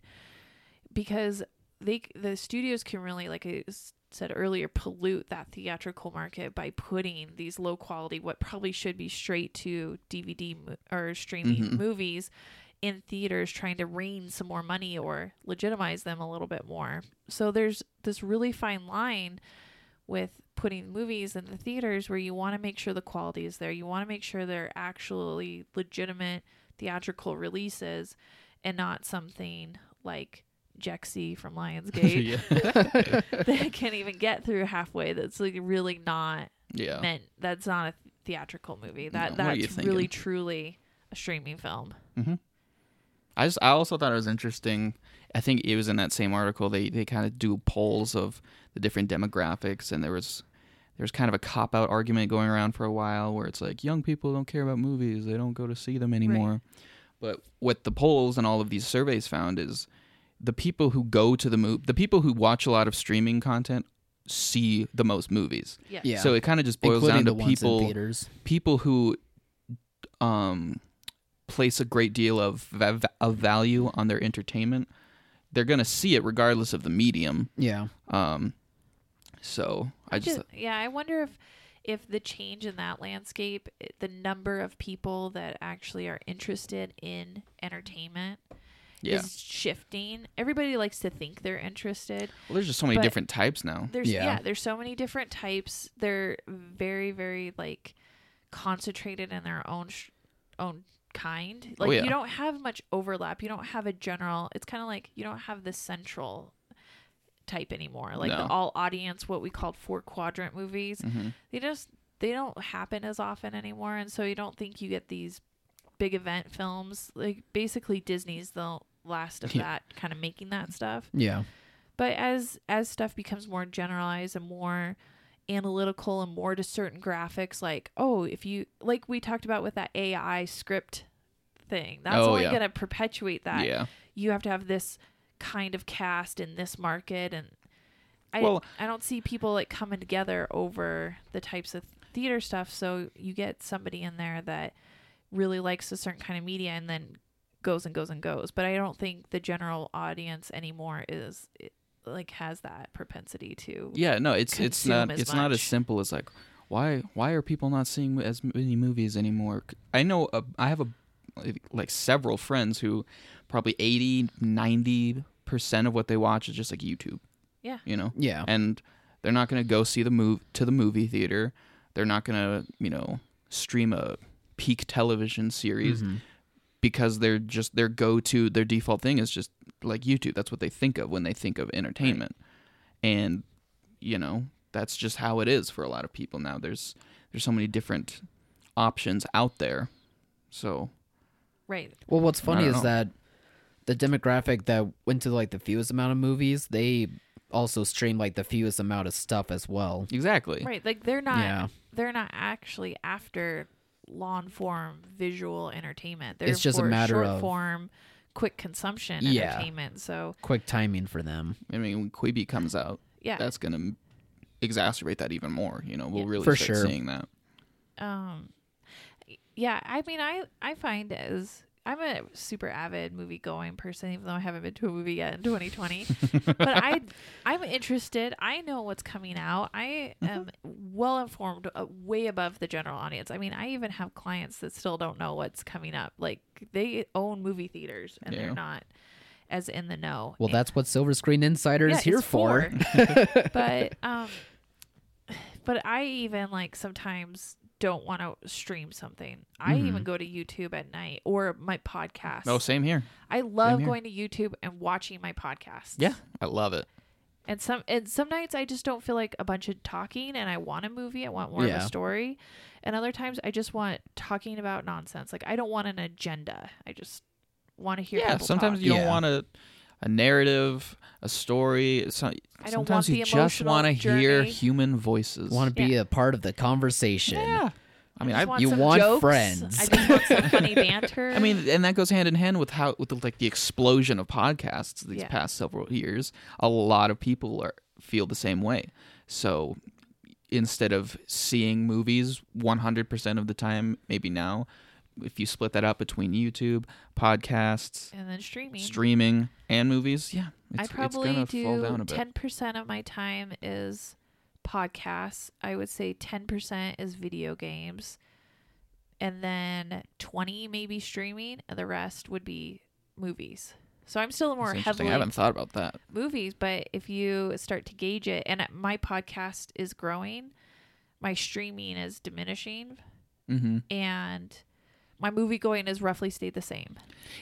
S2: because they c- the studios can really like I s- said earlier pollute that theatrical market by putting these low quality what probably should be straight to DVD mo- or streaming
S3: Mhm.
S2: movies in theaters trying to rein some more money or legitimize them a little bit more. So there's this really fine line with putting movies in the theaters where you want to make sure the quality is there. You want to make sure they're actually legitimate theatrical releases and not something like Jexy from Lionsgate that can't even get through halfway. That's like really not
S3: yeah.
S2: meant. That's not a theatrical movie.
S3: Oh. No,
S2: That
S3: what are you
S2: that's really
S3: thinking?
S2: truly a streaming film.
S3: I just I also thought it was interesting. I think it was in that same article they they kind of do polls of the different demographics, and there was there was kind of a cop out argument going around for a while where it's like young people don't care about movies, they don't go to see them anymore. But what the polls and all of these surveys found is the people who go to the movie, the people who watch a lot of streaming content, see the most movies.
S2: Yeah.
S4: Yeah.
S3: So it kind of just boils
S4: including the
S3: down to
S4: ones in
S3: people
S4: theaters.
S3: people who um place a great deal of va- of value on their entertainment they're going to see it regardless of the medium
S4: Yeah.
S3: um so i just
S2: yeah, I wonder if if the change in that landscape, i- the number of people that actually are interested in entertainment
S3: yeah
S2: is shifting. Everybody likes to think they're interested.
S3: well there's just so many
S2: but-
S3: different types now
S2: There's
S4: Yeah.
S2: yeah. there's so many different types. They're very very like concentrated in their own sh- own kind.
S3: Oh,
S2: Like
S3: yeah.
S2: you don't have much overlap. You don't have a general. It's kind of like you don't have the central type anymore. Like
S3: No.
S2: the all audience what we called four quadrant movies.
S3: Mhm.
S2: They just they don't happen as often anymore and so you don't think you get these big event films. Like basically Disney's the last of
S3: Yeah.
S2: that kind of making that stuff
S4: Yeah.
S2: but as as stuff becomes more generalized and more analytical and more to certain graphics like oh if you like we talked about with that ai script thing that's
S3: Oh,
S2: only
S3: yeah.
S2: going to perpetuate that
S3: yeah
S2: you have to have this kind of cast in this market and i
S3: Well-
S2: i don't see people like coming together over the types of theater stuff so you get somebody in there that really likes a certain kind of media and then goes and goes and goes but i don't think the general audience anymore is it, like has that propensity to
S3: yeah no it's it's
S2: consume
S3: not
S2: as
S3: it's not as
S2: much.
S3: simple as like why why are people not seeing as many movies anymore i know a, i have a like several friends who probably 80 90 percent of what they watch is just like youtube
S2: Yeah.
S3: you know
S4: Yeah.
S3: and they're not going to go see the move to the movie theater. They're not going to, you know, stream a peak television series
S4: Mm-hmm.
S2: Mm-hmm.
S3: because they're just their go-to, their default thing is just like YouTube. That's what they think of when they think of entertainment. And you know, that's just how it is for a lot of people now. There's there's so many different options out there. So
S2: Right.
S4: Well, what's funny
S3: don't
S4: is
S3: know.
S4: that the demographic that went to like the fewest amount of movies, they also stream like the fewest amount of stuff as well.
S3: exactly.
S2: Right. Like they're not
S4: Yeah.
S2: they're not actually after long form visual entertainment. They're
S4: It's just a
S2: for
S4: matter
S2: short
S4: of-
S2: form quick consumption
S4: Yeah.
S2: entertainment. So
S4: Quick timing for them.
S3: I mean, when Quibi comes out,
S2: yeah.
S3: that's going to exacerbate that even more. You know, we'll
S2: Yeah.
S3: really
S4: For
S3: start
S4: sure.
S3: seeing that.
S2: um yeah i mean i i find as i'm a super avid movie going person even though i haven't been to a movie yet in 2020 but i i'm interested i know what's coming out i am well informed uh, way above the general audience i mean i even have clients that still don't know what's coming up like they own movie theaters and
S3: Yeah.
S2: they're not as in the know
S4: Well,
S2: And-
S4: that's what Silver Screen Insider
S2: yeah,
S4: is here
S2: it's
S4: for.
S2: but um but i even like sometimes don't want to stream something i even go to youtube at night or my podcast
S3: Oh, same here.
S2: i love
S3: here.
S2: going to youtube and watching my podcast
S3: I love it.
S2: and some and some nights i just don't feel like a bunch of talking and i want a movie i want more of
S4: Yeah.
S2: a story and other times i just want talking about nonsense like i don't want an agenda i just want to hear
S3: yeah,
S2: people
S3: sometimes
S2: talk.
S3: you don't
S4: Yeah.
S3: want a a narrative, a story. So,
S2: I don't want
S3: sometimes you
S2: the
S3: just
S2: emotional
S3: wanna hear
S2: journey.
S3: human voices.
S4: Want to be a part of the conversation.
S3: yeah. I mean,
S2: just
S3: I,
S2: want
S4: you
S2: some
S4: want
S2: jokes.
S4: friends.
S2: i just want some funny banter
S3: I mean, and that goes hand in hand with how with the, like the explosion of podcasts these
S2: Yeah.
S3: past several years. A lot of people are feel the same way. So instead of seeing movies 100% of the time, maybe now, if you split that up between YouTube, podcasts,
S2: and then streaming
S3: streaming, and movies, yeah, it's,
S2: I
S3: it's
S2: probably
S3: gonna fall down
S2: do
S3: a bit.
S2: ten percent of my time is podcasts. I would say ten percent is video games, and then twenty maybe streaming, and the rest would be movies. So I'm still more
S3: That's interesting. I
S2: heavily
S3: haven't thought about that.
S2: movies, but if you start to gauge it, and my podcast is growing, my streaming is diminishing,
S3: Mm-hmm.
S2: and my movie going is roughly stayed the same.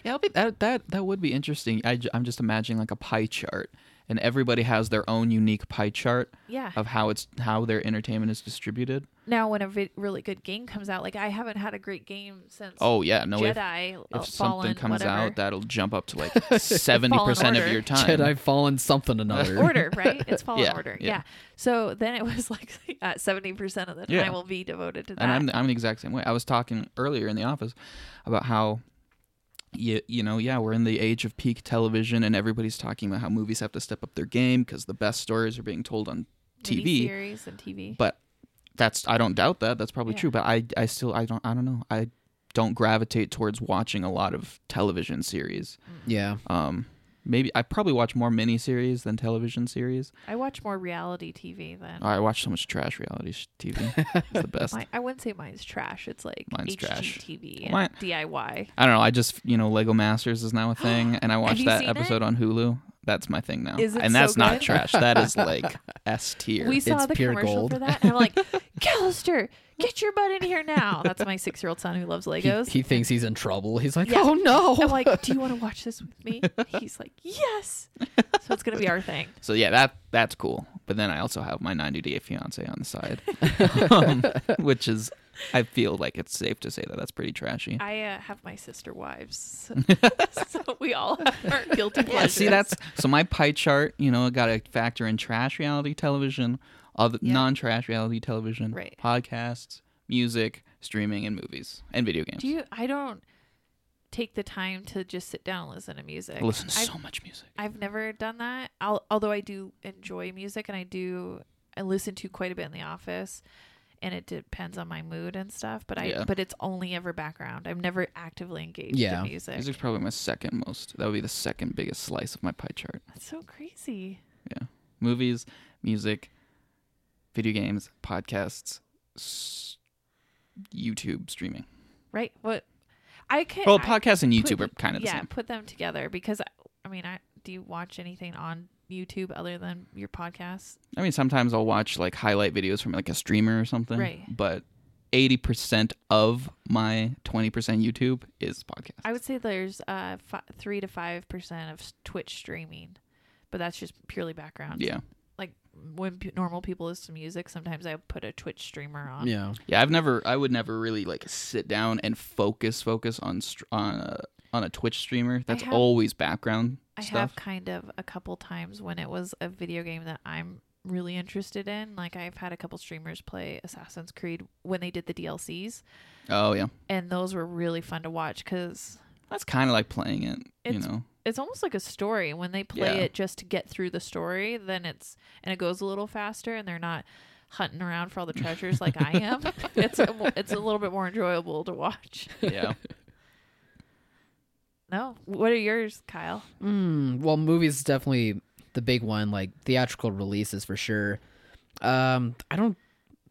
S3: Yeah, I'll be, that that that would be interesting. I, am just imagining like a pie chart, and everybody has their own unique pie chart
S2: Yeah.
S3: of how it's how their entertainment is distributed.
S2: Now, when a vi- really good game comes out, like I haven't had a great game since.
S3: Oh yeah, no, if,
S2: Jedi uh, Fallen,
S3: if something comes
S2: whatever.
S3: out, that'll jump up to like seventy percent of
S2: Order.
S3: your time.
S4: Jedi Fallen something another.
S2: order, right? It's Fallen
S3: Yeah,
S2: Order.
S3: yeah.
S2: Yeah. So then it was like seventy percent of the time
S3: Yeah.
S2: will be devoted to that.
S3: and I'm I'm the exact same way. I was talking earlier in the office about how you you know yeah we're in the age of peak television, and everybody's talking about how movies have to step up their game because the best stories are being told on TV.
S2: series and TV.
S3: but that's I don't doubt that. That's probably
S2: Yeah.
S3: true. But I I still I don't I don't know. I don't gravitate towards watching a lot of television series.
S4: Yeah.
S3: Um, maybe I probably watch more miniseries than television series.
S2: I watch more reality TV than
S3: Oh, I watch so much trash reality sh- TV. It's the best.
S2: my, I wouldn't say mine's trash. It's like
S3: Mine's trash.
S2: HGTV and
S3: Mine-
S2: DIY.
S3: I don't know. I just you know Lego Masters is now a thing, and I watch
S2: you
S3: that
S2: seen
S3: episode on Hulu. That's my thing now,
S2: Is it
S3: and that's
S2: so
S3: not
S2: good?
S3: trash. That is like S tier.
S2: We saw
S4: It's
S2: the
S4: pure
S2: commercial
S4: gold.
S2: for that, and I'm like, Callister, get your butt in here now. That's my six year old son who loves
S4: He,
S2: Legos.
S4: he thinks he's in trouble. He's like,
S2: Yeah.
S4: oh no.
S2: I'm like, do you want to watch this with me? He's like, yes. So it's gonna be our thing.
S3: So yeah, that that's cool. But then I also have my 90 Day Fiance on the side, um, which is I feel like it's safe to say that that's pretty trashy.
S2: I uh, have my sister wives, so we all have our guilty pleasures.
S3: Yeah, see that's so my pie chart. You know, got to factor in trash reality television, other
S2: Yeah.
S3: non-trash reality television,
S2: Right.
S3: podcasts, music, streaming, and movies and video games.
S2: Do you? I don't take the time to just sit down and listen to music.
S3: I listen to
S2: I've,
S3: so much music.
S2: I've never done that. I'll, although I do enjoy music, and I do I listen to quite a bit in the office, and it depends on my mood and stuff. But I
S3: Yeah.
S2: but it's only ever background. I'm never actively engaged
S4: Yeah.
S2: in music.
S3: Music's probably my second most. That would be the second biggest slice of my pie chart.
S2: That's so crazy.
S3: movies, music, video games, podcasts, s- YouTube streaming.
S2: Right? What? I can.
S3: Well,
S2: I-
S3: podcasts and
S2: put
S3: YouTube are
S2: the-
S3: kind of the
S2: yeah,
S3: same.
S2: put them together because I, I mean, I do you watch anything on YouTube other than your podcast?
S3: I mean, sometimes I'll watch like highlight videos from like a streamer or something,
S2: Right.
S3: but 80% of my 20% YouTube is podcast.
S2: I would say there's uh fi- three to five percent of s- Twitch streaming, but that's just purely background.
S3: yeah.
S2: like when p- normal people listen to music, sometimes I put a Twitch streamer on.
S4: Yeah.
S3: Yeah, I've never, I would never really like sit down and focus, focus on str- on a, on a Twitch streamer. That's
S2: have-
S3: always background
S2: I
S3: stuff.
S2: have kind of a couple times when it was a video game that I'm really interested in. Like I've had a couple streamers play Assassin's Creed when they did the DLCs,
S3: Oh yeah,
S2: and those were really fun to watch because
S3: that's kind of like playing it. you
S2: It's-
S3: know,
S2: it's almost like a story. When they play
S3: Yeah.
S2: it just to get through the story, then it's and it goes a little faster, and they're not hunting around for all the treasures like I am. It's a, mo- it's a little bit more enjoyable to watch.
S3: yeah.
S2: No, what are yours, Kyle?
S4: Mm, well, movies is definitely the big one, like theatrical releases for sure. Um, I don't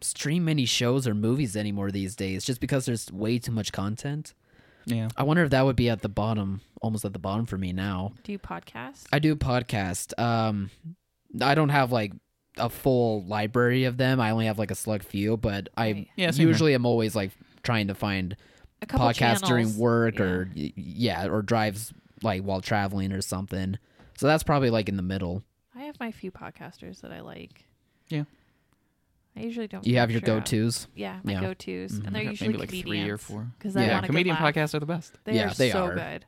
S4: stream many shows or movies anymore these days just because there's way too much content.
S3: Yeah.
S4: I wonder if that would be at the bottom, almost at the bottom for me now.
S2: Do you podcast?
S4: I do a podcast. Um, I don't have like a full library of them. I only have like a select few, but I
S2: Right.
S3: Yeah, same here.
S4: usually am always like trying to find
S2: A couple
S4: podcasts during
S2: channels.
S4: work or y- yeah, or drives like while traveling or something. So that's probably like in the middle.
S2: I have my few podcasters that I like.
S3: Yeah.
S2: I usually don't.
S4: You have your
S2: venture
S4: go
S2: out.
S4: tos.
S2: Yeah, my
S4: Yeah. Mm-hmm.
S2: go tos, and they're
S3: Yeah,
S2: usually
S3: maybe like
S2: comedians.
S3: three or four.
S2: Because I
S4: Yeah.
S3: Yeah,
S2: want a good
S3: comedian
S2: laugh.
S3: podcasts are the best.
S2: They
S4: Yeah,
S2: are
S4: they
S2: so
S4: are.
S2: good,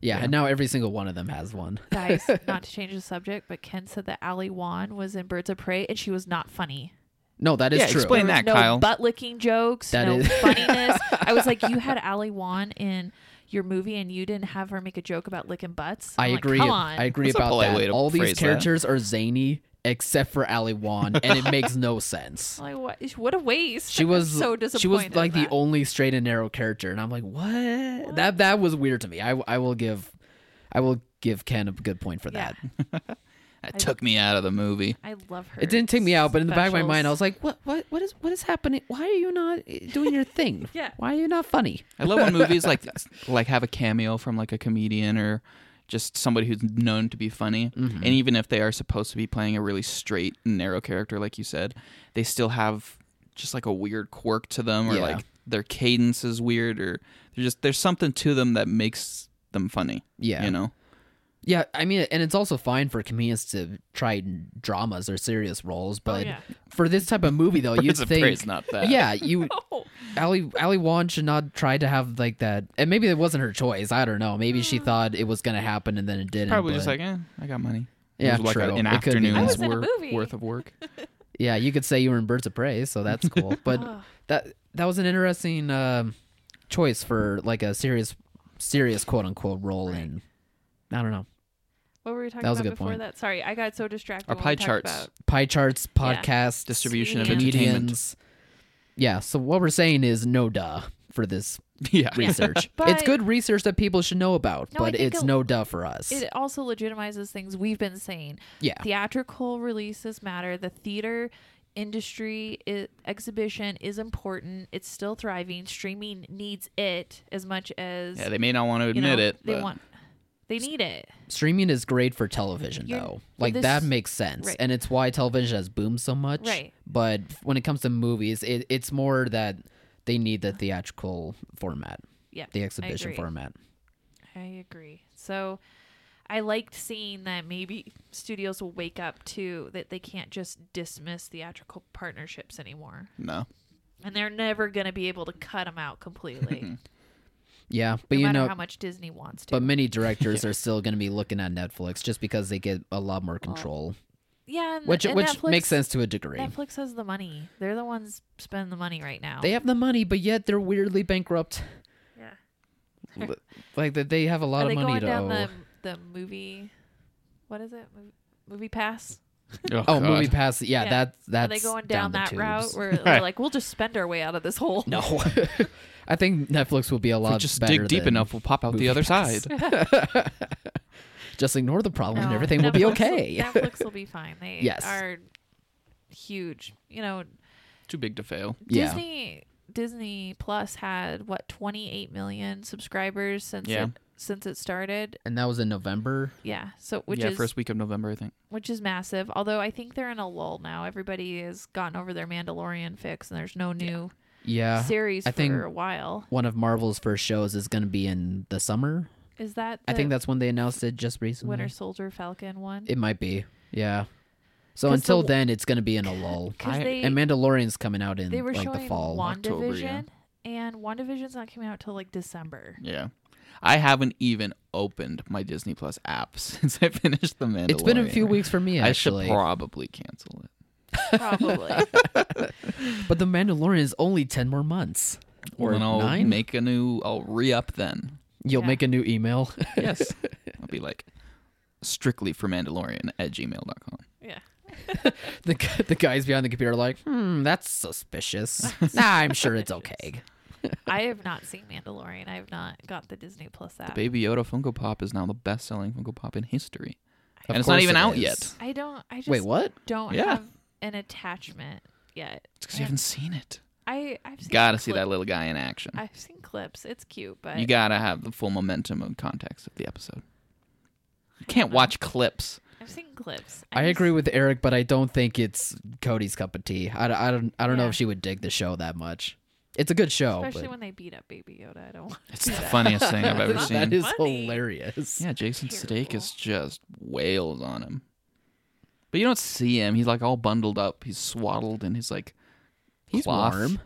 S4: Yeah,
S3: Yeah.
S4: and now every single one of them has one.
S2: guys. not to change the subject, but Ken said that Ali Wan was in Birds of Prey, and she was not funny.
S4: No, that is
S3: Yeah,
S4: true.
S3: explain-
S2: There was
S3: that,
S2: no
S3: Kyle.
S2: Butt licking jokes,
S4: That
S2: no
S4: is-
S2: funniness. I was like, you had Ali Wan in your movie, and you didn't have her make a joke about licking butts.
S4: I
S2: I'm like,
S4: agree.
S2: Come on.
S4: I agree
S3: That's a
S4: about
S3: polite
S4: that.
S3: way to
S4: All these
S3: phrase that.
S4: characters are zany except for Ali Wan, and it makes no sense.
S2: Like, what? What a waste.
S4: She
S2: I'm
S4: was
S2: so disappointed.
S4: She was like
S2: in
S4: the
S2: that.
S4: only straight and narrow character, and I'm like, what? That that was weird to me. I, I will give, I will give Ken a good point for
S2: Yeah.
S4: that.
S3: That took me out of the movie.
S2: I love her.
S4: It didn't take me out, but in the back of my mind,
S2: specials.
S4: I was like, what what what is what is happening? Why are you not eh, doing your thing?
S2: Yeah.
S4: Why are you not funny?
S3: I love when movies like like have a cameo from like a comedian or just somebody who's known to be funny.
S4: Mm-hmm.
S3: And even if they are supposed to be playing a really straight and narrow character, like you said, they still have just like a weird quirk to them, or
S4: Yeah.
S3: like their cadence is weird, or they're just there's something to them that makes them funny.
S4: Yeah.
S3: you know.
S4: Yeah, I mean, and it's also fine for comedians to try dramas or serious roles, but
S2: Oh, yeah.
S4: for this type of movie, though, you
S3: Birds of
S4: think
S3: Prey's not that.
S4: Yeah, you
S2: Oh.
S4: Ali Ali Wan should not try to have like that, and maybe it wasn't her choice. I don't know. Maybe
S2: Mm.
S4: she thought it was gonna happen and then it didn't.
S3: Probably just
S4: but-
S3: like, eh, I got money.
S4: Yeah,
S3: It was like a-
S4: true.
S3: an
S4: It could be
S3: afternoon's
S4: that. I
S2: was in a
S3: wor-
S2: movie.
S3: worth of work.
S4: yeah, you could say you were in Birds of Prey, so that's cool. But that that was an interesting um choice for like a serious serious quote unquote role in. I don't know
S2: What were we talking
S4: That was a
S2: about
S4: good
S2: before
S4: point.
S2: that? Sorry, I got so distracted.
S3: Our
S2: when we
S3: pie
S2: talked
S3: charts.
S2: about-
S4: pie charts, podcasts,
S3: Distribution of
S2: Comedians.
S3: entertainment.
S4: comedians. Yeah, so what we're saying is no duh for this
S3: Yeah.
S4: research.
S2: But-
S4: it's good research that people should know about,
S2: No, I
S4: but
S2: think
S4: it's
S2: a-
S4: no duh for us.
S2: It also legitimizes things we've been saying.
S4: yeah.
S2: Theatrical releases matter. The theater industry i exhibition is important. It's still thriving. Streaming needs it as much as
S3: Yeah, they may not want to
S2: you know,
S3: admit it.
S2: They
S3: but-
S2: want. They need it.
S4: Streaming is great for television
S2: You're-
S4: though. Like
S2: this-
S4: that makes sense.
S2: right.
S4: And it's why television has boomed so much.
S2: Right.
S4: But when it comes to movies, it, it's more that they need the theatrical format,
S2: Yeah.
S4: the exhibition
S2: agree.
S4: format.
S2: I agree. So I liked seeing that maybe studios will wake up to that they can't just dismiss theatrical partnerships anymore.
S3: no.
S2: And they're never going to be able to cut them out completely,
S4: Yeah, but
S2: no
S4: you
S2: matter
S4: know
S2: how much Disney wants to.
S4: but many directors are still going to be looking at Netflix just because they get a lot more control,
S2: yeah, and,
S4: which
S2: and
S4: which
S2: Netflix,
S4: makes sense to a degree.
S2: Netflix has the money. They're the ones spending the money right now.
S4: They have the money, but yet they're weirdly bankrupt.
S2: yeah.
S4: Like that, they have a lot
S2: Are
S4: of
S2: they
S4: money
S2: going
S4: to
S2: down
S4: owe.
S2: the the movie? What is it? Movie, movie pass?
S4: Oh,
S3: God.
S4: movie pass. Yeah,
S2: Yeah.
S4: that
S2: Are
S4: that's
S2: they going down,
S4: the
S2: that
S4: tubes.
S2: route where they're like, we'll just spend our way out of this hole?
S4: No, I think Netflix will be a
S3: If we
S4: lot
S3: just
S4: better
S3: dig deep
S4: than-
S3: enough, we'll pop out
S4: movie
S3: the other
S4: pass.
S3: side.
S4: Just ignore the problem, and
S2: No,
S4: everything will be
S2: Netflix
S4: okay.
S2: Netflix will be fine. They
S4: Yes.
S2: are huge. You know,
S3: Too big to fail.
S4: Yeah.
S2: Disney Disney Plus had what 28 million subscribers since
S3: Yeah.
S2: it, since it started.
S4: and that was in November.
S2: Yeah. So which
S3: yeah,
S2: is
S3: first week of November, I think.
S2: which is massive. Although I think they're in a lull now. Everybody has gotten over their Mandalorian fix and there's no new
S4: Yeah, Uh-huh.
S2: series
S4: I
S2: for
S4: think-
S2: a while.
S4: one of Marvel's first shows is going to be in the summer.
S2: Is that
S4: I think
S2: the
S4: that's when they announced it just recently.
S2: Winter Soldier Falcon one?
S4: It might be. Yeah. So
S2: 'Cause the
S4: until
S2: w-
S4: then, it's going to be in a lull.
S2: 'Cause
S3: I-
S2: they,
S4: And Mandalorian's coming out in
S2: they were
S4: like
S2: showing
S4: the fall.
S3: October,
S2: WandaVision,
S3: yeah.
S2: and WandaVision's not coming out till like December.
S3: Yeah. I haven't even opened my Disney Plus app since I finished The Mandalorian.
S4: It's been a few weeks for me
S3: I should
S4: actually.
S3: probably cancel it.
S2: Probably.
S4: but the Mandalorian is only 10 more months. Or
S3: and I'll
S4: nine?
S3: make a new. I'll re up then.
S4: You'll
S2: Yeah.
S4: make a new email.
S3: Yes. I'll be like strictly for Mandalorian at gmail.com.
S2: yeah.
S4: the, gu- the guys behind the computer are like, hmm, that's suspicious. nah, I'm sure it's okay.
S2: I have not seen Mandalorian. I have not got the Disney Plus app.
S3: Baby Yoda Funko Pop is now the best selling Funko Pop in history. and
S4: Of
S3: it's not
S4: course
S3: even
S4: it
S3: out
S4: is.
S3: yet.
S2: I don't. I just
S4: Wait, what?
S2: don't
S3: Yeah.
S2: have an attachment yet.
S3: It's because you haven't seen it.
S2: I I've seen
S3: Gotta see that
S2: clip-
S3: little guy in action.
S2: I've seen clips. It's cute, but
S3: You gotta have the full momentum and context of the episode. You can't watch clips.
S2: I've seen clips.
S4: I
S2: just-
S4: agree with Eric, but I don't think it's Cody's cup of tea. I, don't- I don't, I don't know
S2: Yeah.
S4: if she would dig the show that much. It's a good show.
S2: especially
S4: but
S2: when they beat up Baby Yoda. I don't. want
S3: It's the funniest thing I've ever
S2: That
S3: seen.
S4: that is
S2: Funny.
S4: hilarious.
S3: yeah, Jason
S2: terrible.
S3: Sudeikis just wails on him. But you don't see him. He's like all bundled up. He's swaddled in his like
S4: He's
S3: cloth.
S4: warm.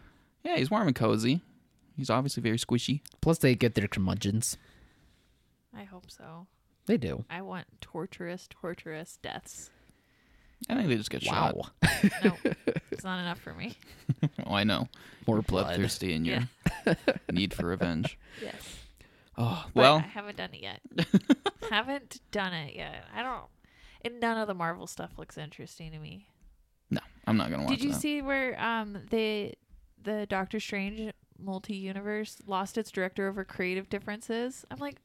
S3: Yeah, he's warm and cozy. He's obviously very squishy.
S4: Plus, they get their curmudgeons.
S2: I hope so.
S4: They do.
S2: I want torturous, torturous deaths.
S3: I think they just get shot.
S4: Wow.
S2: No, it's not enough for me.
S3: Oh, I know.
S4: More blood.
S3: Bloodthirsty in your need for revenge.
S2: Yes.
S3: Oh
S2: But I
S3: well,
S2: haven't done it yet. haven't done it yet. I don't. And none of the Marvel stuff looks interesting to me.
S3: no, I'm not gonna watch.
S2: Did you
S3: that.
S2: see where um the the Doctor Strange multi universe lost its director over creative differences? I'm like,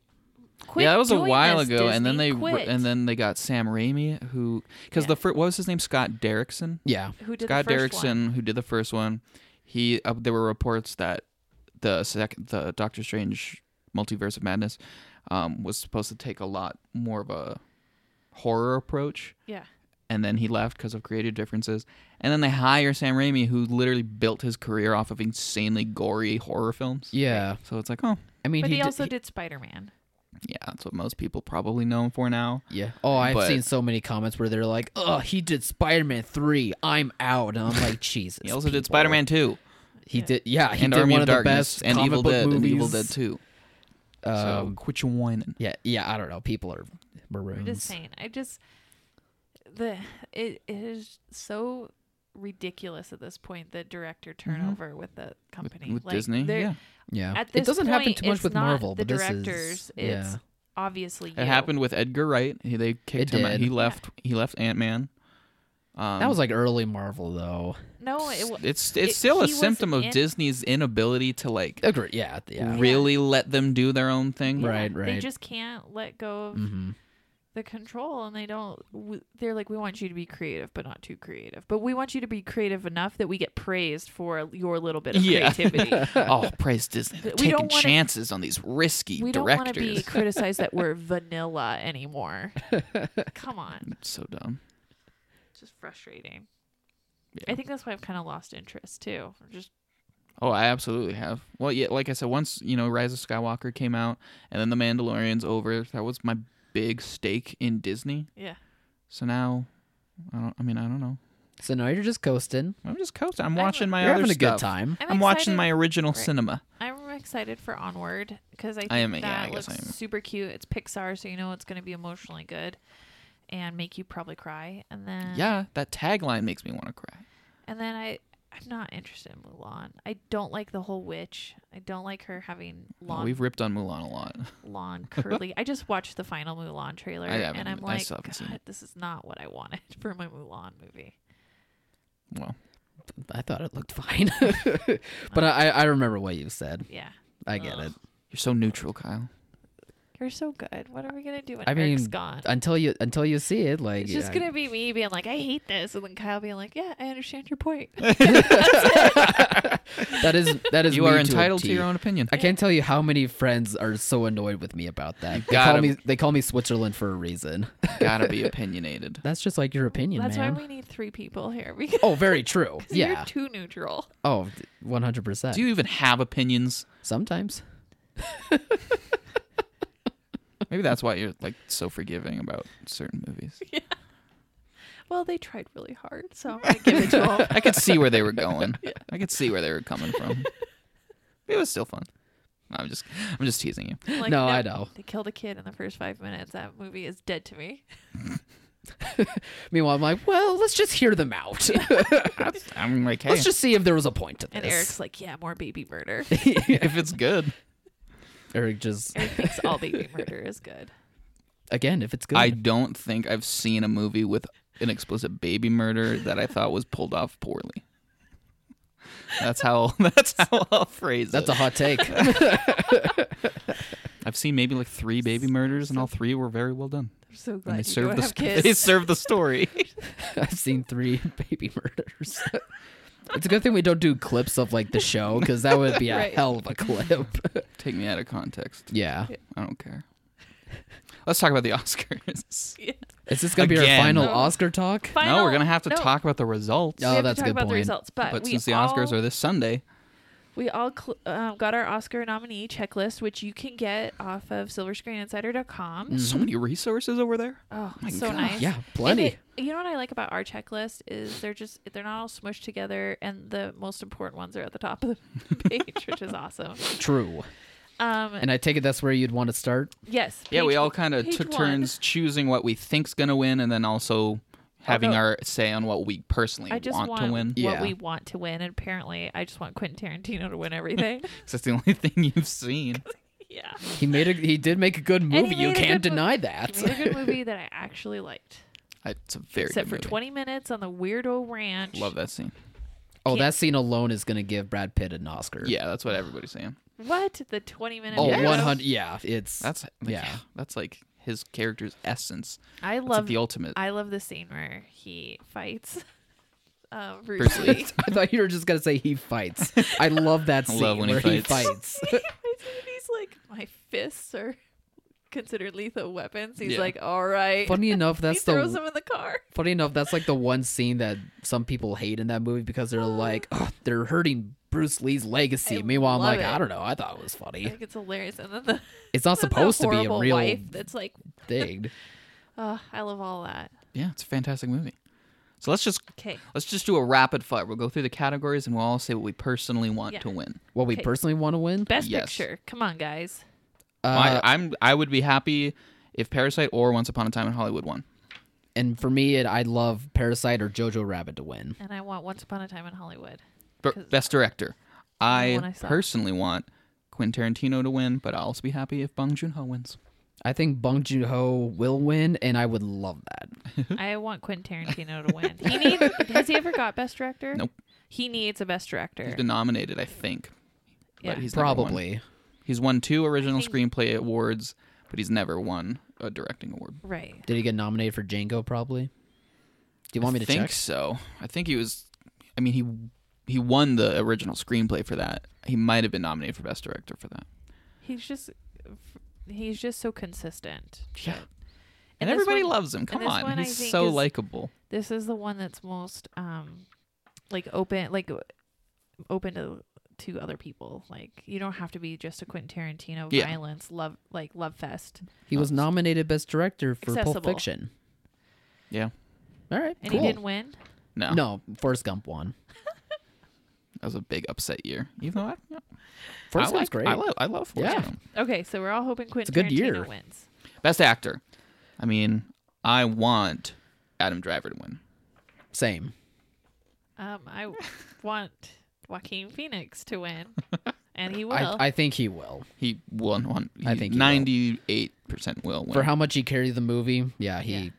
S2: quit.
S3: yeah, that was a
S2: doing
S3: while
S2: this,
S3: ago, and then
S2: Disney,
S3: they
S2: quit.
S3: and then they got Sam Raimi, who because
S2: Yeah.
S3: the fir- what was his name Scott Derrickson,
S4: Yeah.
S2: who did
S3: Scott
S2: the first
S3: Derrickson, who did the first one. He uh, there were reports that the sec- the Doctor Strange Multiverse of Madness um, was supposed to take a lot more of a horror approach,
S2: Yeah,
S3: and then he left because of creative differences. And then they hire Sam Raimi, who literally built his career off of insanely gory horror films.
S4: Yeah.
S3: So it's like, oh,
S4: I mean,
S2: but
S4: he,
S2: he,
S4: di-
S2: also
S4: he-
S2: did Spider Man.
S3: yeah, that's what most people probably know him for now.
S4: Yeah. Oh, I've
S3: But-
S4: seen so many comments where they're like, "Oh, he did Spider-Man three. I'm out." And I'm like, "Jesus."
S3: He also did
S4: people.
S3: Spider Man 2
S4: He did. Yeah. He
S3: and
S4: did
S3: Army
S4: one
S3: of
S4: of
S3: Darkness
S4: the best
S3: and
S4: comic
S3: Evil
S4: book
S3: Dead
S4: movies.
S3: and Evil Dead 2. so
S4: Um,
S3: quit your whining.
S4: yeah. Yeah. I don't know. People are
S2: I'm just
S4: maroons.
S2: saying. I just the it, it is so ridiculous at this point the director
S4: Mm-hmm.
S2: turnover with the company
S3: With
S2: like,
S3: Disney,
S2: they're-
S3: yeah.
S4: Yeah.
S2: At
S4: it
S2: this
S4: doesn't happen
S2: point,
S4: too much
S2: it's
S4: with
S2: not
S4: Marvel,
S2: the
S4: but this
S2: directors,
S4: is yeah.
S2: it's obviously you.
S3: It happened with Edgar Wright. He, they kicked
S4: It
S3: him out.
S4: did.
S3: He
S4: Yeah.
S3: left. He left Ant Man. Um,
S4: that was like early Marvel though.
S2: No, it, wa-
S3: it's it's
S2: it-
S3: still a
S2: he was
S3: symptom of
S2: in-
S3: Disney's inability to like
S4: Agree. Yeah. Oh, Yeah.
S3: really let them do their own thing.
S4: Right.
S2: They just can't let go of
S4: Mm-hmm.
S2: the control, and they don't. w- They're like, we want you to be creative, but not too creative. But we want you to be creative enough that we get praised for your little bit of
S3: Yeah.
S2: creativity.
S3: oh, praise Disney! They're
S2: We
S3: taking
S2: don't wanna-
S3: chances on these risky
S2: we don't want to
S3: directors.
S2: be criticized that we're vanilla anymore. Come on,
S3: It's so dumb.
S2: it's just frustrating.
S3: Yeah.
S2: I think that's why I've kind of lost interest too. I'm Just
S3: Oh, I absolutely have. Well, yeah, like I said, once you know, Rise of Skywalker came out, and then The Mandalorian's over. That was my big stake in Disney.
S2: yeah,
S3: So now, I don't. I mean, I don't know.
S4: So now you're just coasting.
S3: I'm just coasting. I'm watching my
S4: You're
S3: other
S4: having a good
S3: stuff.
S4: time.
S3: I'm, watching
S2: excited-
S3: my original
S2: Right.
S3: cinema.
S2: I'm excited for Onward because I think
S3: am-
S2: that
S3: yeah, I guess
S2: looks
S3: I am.
S2: super cute. It's Pixar, so you know it's going to be emotionally good and make you probably cry. And then
S3: Yeah, that tagline makes me want to cry.
S2: and then I I'm not interested in Mulan. I don't like the whole witch. I don't like her having
S3: Well,
S2: long,
S3: we've ripped on Mulan a lot.
S2: long curly. I just watched the final Mulan trailer
S3: I haven't
S2: and I'm
S3: even- I
S4: e-
S2: like,
S3: still haven't seen
S2: God, this is not what I wanted for my Mulan movie.
S3: Well,
S4: I thought it looked fine, but I I remember what you said.
S2: Yeah,
S4: I get
S2: Ugh.
S4: it.
S3: you're so neutral, Kyle.
S2: you're so good. What are we gonna do when
S4: I
S2: Eric's
S4: mean,
S2: gone?
S4: Until you until you see it, like
S2: It's just
S4: yeah.
S2: gonna be me being like, I hate this, and then Kyle being like, Yeah, I understand your point.
S4: that is that is
S3: You
S4: me
S3: are
S4: a
S3: entitled to
S4: T.
S3: your own opinion.
S4: I can't tell you how many friends are so annoyed with me about that. They
S3: gotta-
S4: call me they call me Switzerland for a reason.
S3: Gotta be opinionated.
S4: That's just like your opinion,
S2: That's
S4: man.
S2: why we need three people here because
S4: oh, very true.
S2: you're
S4: Yeah.
S2: too neutral.
S4: Oh, 100%.
S3: Do you even have opinions?
S4: Sometimes.
S3: Maybe that's why you're like so forgiving about certain movies.
S2: well, they tried really hard, so I'm gonna give it to them.
S3: I could see where they were going. I could see where they were coming from. It was still fun. I'm just I'm just teasing you.
S2: Like,
S4: No, I know.
S2: They killed a kid in the first five minutes. That movie is dead to me.
S4: Meanwhile, I'm like, well, let's just hear them out.
S3: I'm like, hey,
S4: let's just see if there was a point to this.
S2: And Eric's like, yeah, more baby murder.
S3: if it's good.
S4: Eric just
S2: Eric thinks all baby murder is good.
S4: again, if it's good,
S3: I don't think I've seen a movie with an explicit baby murder that I thought was pulled off poorly. That's how that's how I'll phrase
S4: that's
S3: it.
S4: a hot take.
S3: I've seen maybe like three baby murders, and all three were very well done.
S2: I'm so glad
S3: And they
S2: you
S3: served
S2: don't
S3: the
S2: have
S3: st-
S2: kids.
S3: they served the story.
S4: I've seen three baby murders. it's a good thing we don't do clips of like the show because that would be a
S2: Right.
S4: hell of a clip.
S3: Take me out of context.
S4: yeah.
S3: I don't care. Let's talk about the Oscars.
S2: Yeah.
S4: Is this gonna be our
S3: Again.
S4: final
S2: No.
S4: Oscar talk?
S3: no,
S2: Final-
S3: we're gonna have to
S2: no,
S3: talk about the results.
S2: we
S4: Yeah. Oh,
S2: have
S4: that's
S2: to talk
S4: a good
S2: about the
S4: point.
S2: results, but,
S3: but
S2: we
S3: since the
S2: all,
S3: Oscars are this Sunday,
S2: we all cl- um, got our Oscar nominee checklist, which you can get off of SilverScreenInsider.com.
S3: so many resources over there.
S2: Oh,
S3: Mm. my
S2: so
S3: gosh.
S2: nice.
S4: Yeah,
S2: And
S4: plenty.
S2: it- you know what I like about our checklist is they're just they're not all smushed together, and the most important ones are at the top of the page, which is awesome.
S4: True.
S2: Um,
S4: And I take it that's where you'd want to start.
S2: yes.
S3: uh, Yeah,
S2: page-
S3: we all kind of
S2: page
S3: took
S2: one.
S3: turns choosing what we think's gonna win, and then also having
S2: Although-
S3: our say on what we personally
S2: I just want,
S3: to win.
S2: what
S4: Yeah.
S2: we want to win, and apparently, I just want Quentin Tarantino to win everything.
S3: 'Cause that's the only thing you've seen.
S2: yeah,
S4: He made a he did make a good
S2: he
S4: movie. You
S2: made a
S4: can't
S2: good mo-
S4: deny
S2: he made a
S4: that.
S2: good movie that I actually liked,
S3: I- It's a very
S2: except
S3: good
S2: for
S3: movie.
S2: 20 minutes on the Weirdo Ranch.
S3: Love that scene.
S4: oh, that scene alone is gonna give Brad Pitt an Oscar.
S3: Yeah, that's what everybody's saying.
S2: What the 20 minute?
S4: Oh,
S2: Weirdo?
S3: Yes.
S4: 100 yeah, it's
S3: That's like,
S4: Yeah.
S3: That's like his character's essence.
S2: I
S3: That's
S2: love
S3: the ultimate.
S2: I love the scene where he fights uh, Bruce
S3: Bruce Lee.
S2: Lee.
S4: I thought you were just gonna say he fights. I love that
S3: I
S4: scene
S3: love when he
S4: where he
S3: fights.
S4: fights.
S2: he's like, my fists are considered lethal weapons. He's
S3: Yeah.
S2: like, all right.
S4: Funny enough,
S2: he
S4: that's
S2: throws
S4: the
S2: him in the car.
S4: funny enough that's like the one scene that some people hate in that movie because they're like, oh, they're hurting Bruce Lee's legacy.
S2: I
S4: Meanwhile, I'm
S2: love
S4: like,
S2: it.
S4: I don't know. I thought it was
S2: I
S4: funny.
S2: think it's hilarious. And then the
S4: It's not supposed
S2: the
S4: to be a
S2: horrible
S4: real
S2: wife that's like,
S4: thing.
S2: oh, I love all that.
S3: yeah, it's a fantastic movie. So let's just
S2: Okay,
S3: let's just do a rapid fire. We'll go through the categories and we'll all say what we personally want
S2: Yeah.
S3: to win.
S4: What we
S2: Okay.
S4: personally want to win.
S2: best
S3: Yes.
S2: picture. Come on, guys.
S4: Uh,
S3: I, I'm I would be happy if Parasite or Once Upon a Time in Hollywood won.
S4: and for me, it, I'd love Parasite or Jojo Rabbit to win.
S2: And I want Once Upon a Time in Hollywood.
S3: B-
S2: 'Cause-
S3: Best director. I,
S2: one I saw.
S3: personally want Quentin Tarantino to win, but I'll also be happy if Bong Joon Ho wins.
S4: I think Bong Joon Ho will win, and I would love that.
S2: I want Quentin Tarantino to win. He needs. has he ever got best director?
S3: Nope.
S2: He needs a best director.
S3: He's been nominated, I think.
S2: Yeah.
S3: But he's never won.
S4: Probably.
S3: He's won two original
S2: think-
S3: screenplay awards, but he's never won a directing award.
S2: right.
S4: Did he get nominated for Django? Probably. Do you want me
S3: I
S4: to
S3: think
S4: check?
S3: so. I think he was. I mean, he he won the original screenplay for that. He might have been nominated for best director for that.
S2: He's just he's just so consistent.
S3: Yeah. And,
S2: And this
S3: everybody
S2: one-
S3: loves him.
S2: and
S3: Come
S2: this
S3: on,
S2: one I
S3: he's
S2: think
S3: so
S2: is-
S3: likable.
S2: This is the one that's most um like open like open to to other people. Like you don't have to be just a Quentin Tarantino
S3: Yeah.
S2: violence love like love fest.
S4: He was nominated Best Director for Pulp
S2: Accessible.
S4: Fiction.
S3: Yeah.
S4: All right.
S2: And
S4: cool.
S2: he didn't win.
S3: No,
S4: No, Forrest Gump won.
S3: that was a big upset year. Even though I, yeah,
S4: Forrest
S3: I
S4: Gump's
S3: like,
S4: great.
S3: I love, I love Forrest
S4: Yeah.
S3: Gump.
S2: Okay, so we're all hoping Quentin
S4: good
S2: Tarantino
S4: year.
S2: wins.
S3: Best actor. I mean, I want Adam Driver to win.
S4: Same.
S2: Um I want Joaquin Phoenix to win. And he will.
S4: I, I think he will.
S3: He won one.
S4: I think he will.
S3: ninety-eight percent will win.
S4: For how much he carried the movie, yeah, he,
S2: Yeah.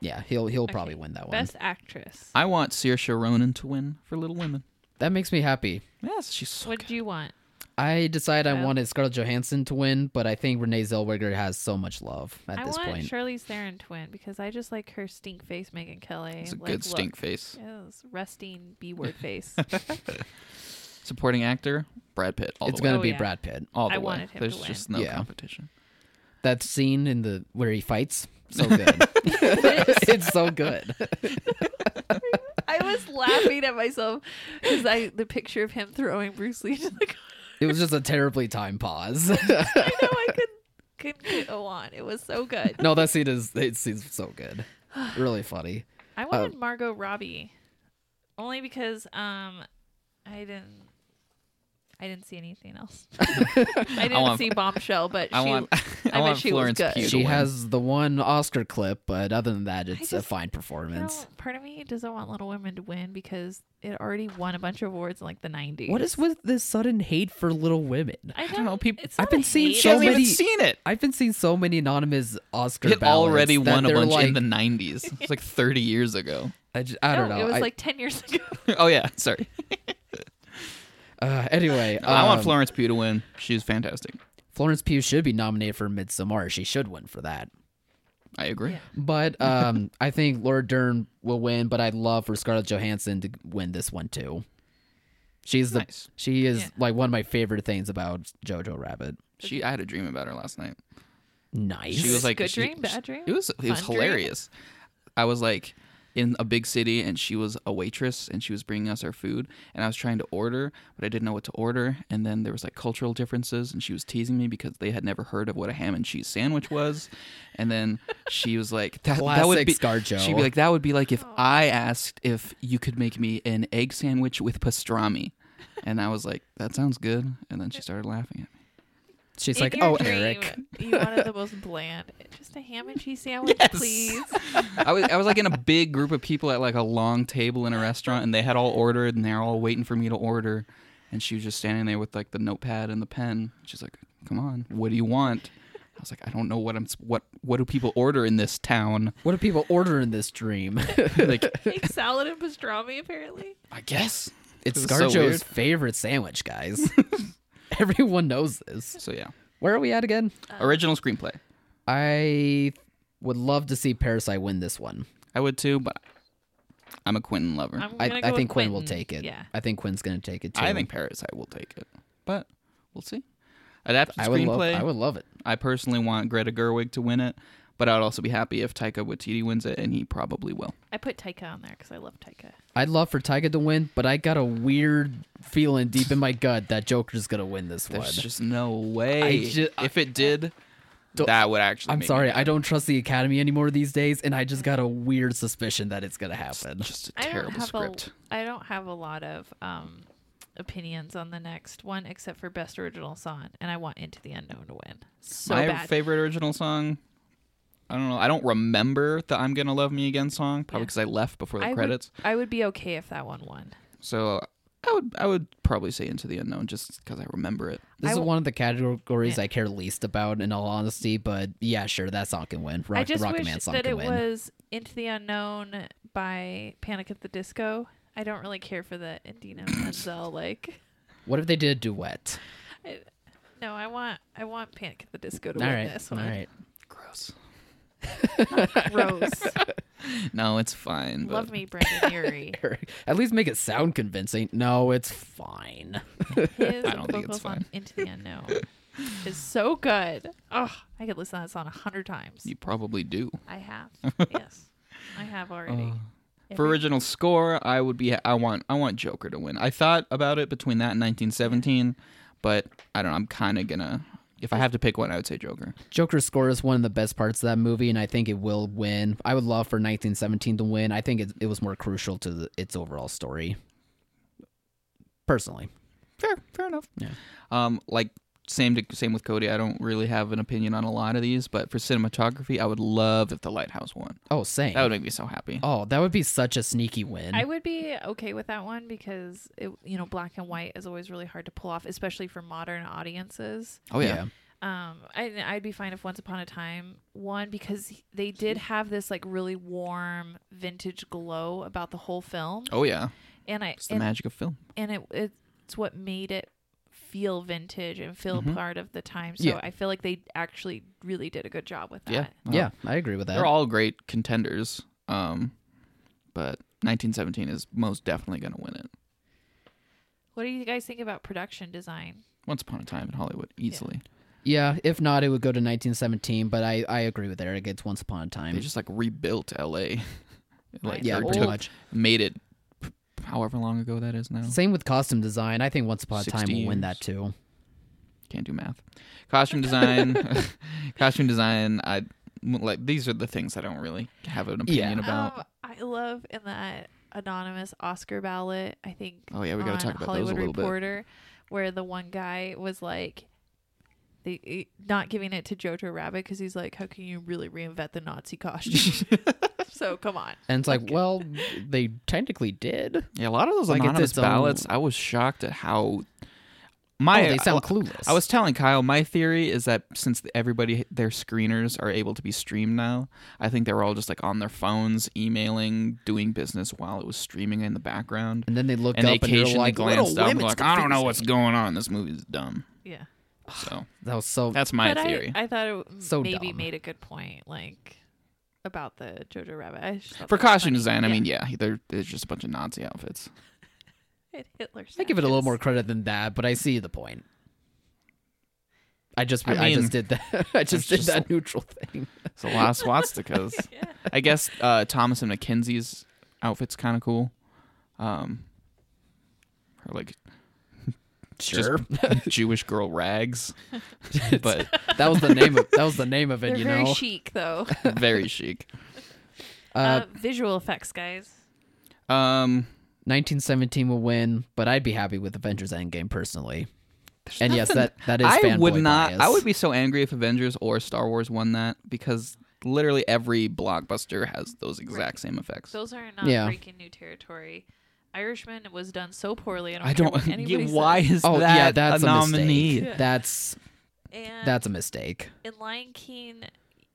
S4: yeah, he'll he'll probably
S2: Okay,
S4: win that one.
S2: Best actress.
S3: I want Saoirse Ronan to win for Little Women.
S4: That makes me happy.
S3: Yes, she's so
S2: what
S3: good.
S2: do you want?
S4: I decide I
S2: Well-
S4: wanted Scarlett Johansson to win, but I think Renee Zellweger has so much love at
S2: I
S4: this
S2: want
S4: point.
S2: Charlize Theron to win because I just like her stink face, Megan Kelly.
S3: It's a
S2: like,
S3: good stink
S2: look.
S3: face.
S2: Yes, resting B word face.
S3: Supporting actor Brad Pitt. All
S4: It's
S3: the way.
S4: gonna
S2: Oh,
S4: be
S2: yeah.
S4: Brad Pitt.
S3: all the
S2: I
S3: way.
S2: wanted him to
S3: There's
S2: win.
S3: just no
S4: Yeah.
S3: competition.
S4: That scene in the where he fights, so good. it's so good.
S2: I was laughing at myself because I the picture of him throwing Bruce Lee to the car.
S4: It was just a terribly timed pause.
S2: I know I could couldn't go on. It was so good.
S4: no, that scene is it seems so good. Really funny.
S2: I wanted Margot Robbie, only because um, I didn't. I didn't see anything else. I didn't
S3: want-
S2: see Bombshell, but she,
S3: I want. I,
S2: bet
S3: want
S2: she was
S3: Florence
S2: good.
S3: Pugh. to
S4: She
S3: win.
S4: has the one Oscar clip, but other than that, it's a
S2: just-
S4: fine
S2: you know,
S4: performance.
S2: part of me doesn't want Little Women to win because it already won a bunch of awards in like the '90s.
S4: What is with this sudden hate for Little Women?
S2: I,
S3: know, people-
S2: it's
S4: I've
S2: not
S4: been
S2: a
S4: seeing
S2: hate.
S3: She hasn't
S4: so
S3: even
S4: many-
S3: seen it.
S4: I've been seeing so many anonymous Oscar.
S3: It already
S4: ballots that
S3: won a
S4: they're
S3: bunch
S4: like,
S3: in the '90s. It's like 30 years ago.
S4: I, ju- I don't
S2: no,
S4: know.
S2: It was
S4: I-
S2: like ten years ago.
S3: oh yeah, sorry.
S4: uh, anyway,
S3: I want
S4: um,
S3: Florence Pugh to win. She's fantastic.
S4: Florence Pugh should be nominated for Midsommar. She should win for that.
S3: I agree.
S2: Yeah.
S4: But um, I think Laura Dern will win. But I'd love for Scarlett Johansson to win this one too. She's the
S3: Nice.
S4: she is
S2: Yeah.
S4: like one of my favorite things about Jojo Rabbit.
S3: She. I had a dream about her last night.
S4: Nice.
S3: She was like
S2: good
S3: she-
S2: dream, bad dream.
S3: It was it was
S2: Fun dream.
S3: hilarious. I was like in a big city and she was a waitress and she was bringing us our food and I was trying to order but I didn't know what to order and then there was like cultural differences and she was teasing me because they had never heard of what a ham and cheese sandwich was and then she was like that, that would
S4: Classic
S3: be
S4: ScarJo.
S3: she'd be like that would be like if I asked if you could make me an egg sandwich with pastrami and I was like that sounds good and then she started laughing at me
S4: she's
S2: In
S4: like,
S2: your
S4: oh
S2: dream,
S4: Eric.
S2: you wanted the most bland, just a ham and cheese sandwich, please.
S3: I was I was like in a big group of people at like a long table in a restaurant, and they had all ordered, and they're all waiting for me to order, and she was just standing there with like the notepad and the pen. She's like, "Come on, what do you want?" I was like, "I don't know what I'm what what do people order in this town?"
S4: What do people order in this dream?
S3: Like,
S2: Egg salad and pastrami, apparently.
S3: I guess
S4: It's
S3: It was so
S4: ScarJo's
S3: weird.
S4: favorite sandwich, guys. Everyone knows this.
S3: so. Yeah,
S4: Where are we at again?
S3: original screenplay.
S4: I would love to see Parasite win this one.
S3: I would too, but I'm a Quentin lover.
S2: I'm
S4: I,
S2: gonna
S4: I
S2: go with
S4: think Quinn will
S2: Quentin.
S4: take it.
S2: Yeah.
S4: I think Quinn's going to take it too.
S3: I think Parasite will take it, but we'll see. Adapted
S4: I would,
S3: screenplay.
S4: love, I would love it.
S3: I personally want Greta Gerwig to win it, but I'd also be happy if Taika Waititi wins it, and he probably will.
S2: I put Taika on there because I love Taika.
S4: I'd love for Tyga to win, but I got a weird feeling deep in my gut that Joker's going to win this one.
S3: There's just no way.
S4: I ju-
S3: if it did,
S4: Don't-
S3: that would actually.
S4: I'm
S3: make
S4: sorry,
S3: it
S4: I don't trust the Academy anymore these days, and I just got a weird suspicion that it's going to happen.
S3: just a
S2: I don't
S3: terrible
S2: have
S3: script.
S2: a. I don't have a lot of um, opinions on the next one except for best original song, and I want Into the Unknown to win so
S3: My
S2: bad.
S3: favorite original song. I don't know. I don't remember the "I'm Gonna Love Me Again" song, probably
S2: Yeah.
S3: because I left before the
S2: I
S3: credits.
S2: Would, I would be okay if that one won.
S3: So I would, I would probably say "Into the Unknown" just because I remember it.
S4: This
S2: I
S4: is
S2: w-
S4: one of the categories
S2: Yeah.
S4: I care least about, in all honesty. But yeah, sure, that song can win. Rock,
S2: I just
S4: the Rocket
S2: wish
S4: Man song
S2: that
S4: can
S2: it
S4: win.
S2: was Into the Unknown by Panic at the Disco. I don't really care for the Indina Menzel like.
S4: What if they did a duet?
S2: No, I want I want Panic at the Disco to
S4: All
S2: win
S4: right,
S2: this
S4: all
S2: one.
S4: right.
S3: Gross.
S2: Gross.
S3: No, it's fine. But
S2: Love me, Brandon Urie.
S4: Eric, At least make it sound convincing. No, it's fine.
S2: His
S3: I don't think
S2: vocals
S3: it's
S2: on Into the Unknown is so good. Oh, I could listen to that song a hundred times.
S3: You probably do.
S2: I have. yes. I have
S3: Oh.
S2: already.
S3: For
S2: Every-
S3: original score, I would be. I want. I want Joker to win. I thought about it between that and 1917, but I don't. know. I'm kind of gonna. If I have to pick one, I would say Joker.
S4: Joker's score is one of the best parts of that movie, and I think it will win. I would love for 1917 to win. I think it, it was more crucial to the, its overall story. Personally,
S3: Fair, fair enough.
S4: Yeah.
S3: Um, like same to, same with Cody. I don't really have an opinion on a lot of these, but for cinematography, I would love if the Lighthouse won.
S4: oh, same.
S3: That would make me so happy.
S4: oh, that would be such a sneaky win.
S2: I would be okay with that one because it, you know, black and white is always really hard to pull off, especially for modern audiences.
S3: Oh yeah.
S2: um I, i'd be fine if once upon a time won because they did have this like really warm vintage glow about the whole film
S3: Oh yeah.
S2: and i
S3: It's the
S2: and,
S3: magic of film.
S2: and it, it's what made it feel vintage and feel
S3: Mhm.
S2: part of the time so
S4: Yeah.
S2: i feel like they actually really did a good job with that
S3: Yeah. Uh,
S4: yeah, I agree with that.
S3: They're all great contenders. Um, but 1917 is most definitely gonna win it.
S2: what do you guys think about production design
S3: Once upon a time in Hollywood, easily.
S4: Yeah, if not, it would go to 1917. But I, I agree with Eric. It's Once Upon a Time.
S3: They just like rebuilt LA. like
S4: yeah,
S3: or
S4: pretty
S3: took-
S4: much.
S3: Made it p- however long ago that is now.
S4: Same with costume design. I think Once Upon a
S3: 60
S4: Time will win
S3: years.
S4: that too.
S3: Can't do math. Costume design. costume design. I like these are the things I don't really have an opinion
S4: Yeah.
S3: about.
S2: um, I, I love in that anonymous Oscar ballot. I think.
S3: Oh, yeah, we gotta
S2: on
S3: talk about those a
S2: Hollywood
S3: little bit.
S2: Reporter, where the one guy was like, the not giving it to Jojo Rabbit because he's like, how can you really reinvent the Nazi costume? so come on.
S4: And it's like, well, they technically did.
S3: Yeah, a lot of those
S4: Like, it's
S3: anonymous
S4: its own-
S3: ballots, I was shocked at how my
S4: oh, they sound
S3: I,
S4: clueless.
S3: I was telling Kyle my theory is that since everybody their screeners are able to be streamed now, I think they were all just like on their phones, emailing, doing business while it was streaming in the background.
S4: and then they looked
S3: and they
S4: up and they
S3: occasionally
S4: were like,
S3: glanced
S4: "Little
S3: up and
S4: women."
S3: were like, I don't know what's going on. This movie's dumb.
S2: Yeah.
S3: So
S4: That was so.
S3: that's my
S2: but
S3: theory.
S2: I, I thought it
S4: So
S2: maybe
S4: dumb.
S2: made a good point, like about the Jojo Rabbit. I just thought
S3: For
S2: that was
S3: costume
S2: funny.
S3: design, I
S2: Yeah.
S3: mean, yeah, there- there's just a bunch of Nazi outfits.
S2: It Hitler.
S4: I give it a little
S2: snatches.
S4: more credit than that, but I see the point. I just
S3: I
S4: I,
S3: mean,
S4: just did that. I just did
S3: just-
S4: that neutral thing.
S3: It's a lot of swastikas. I guess uh, Thomas and Mackenzie's outfit's kind of cool. Um, or like just Jewish girl rags, but
S4: that was the name of that was the name of it.
S2: They're
S4: you
S2: very
S4: know,
S2: chic, though.
S3: very chic.
S4: uh,
S2: uh, visual effects, guys.
S3: Um,
S4: 1917 will win, but I'd be happy with Avengers Endgame personally. And yes,
S3: nothing-
S4: that that is.
S3: I would
S4: fanboy
S3: not.
S4: bias.
S3: I would be so angry if Avengers or Star Wars won that because literally every blockbuster has those exact same effects.
S2: Those are not
S4: Yeah.
S2: breaking new territory. Irishman was done so poorly. I don't. care
S3: I don't.
S2: what anybody says.
S3: why is
S4: Oh
S3: that
S4: yeah, that's
S3: a
S4: a,
S3: nominee?
S4: mistake. That's
S2: And
S4: that's a mistake.
S2: in Lion King,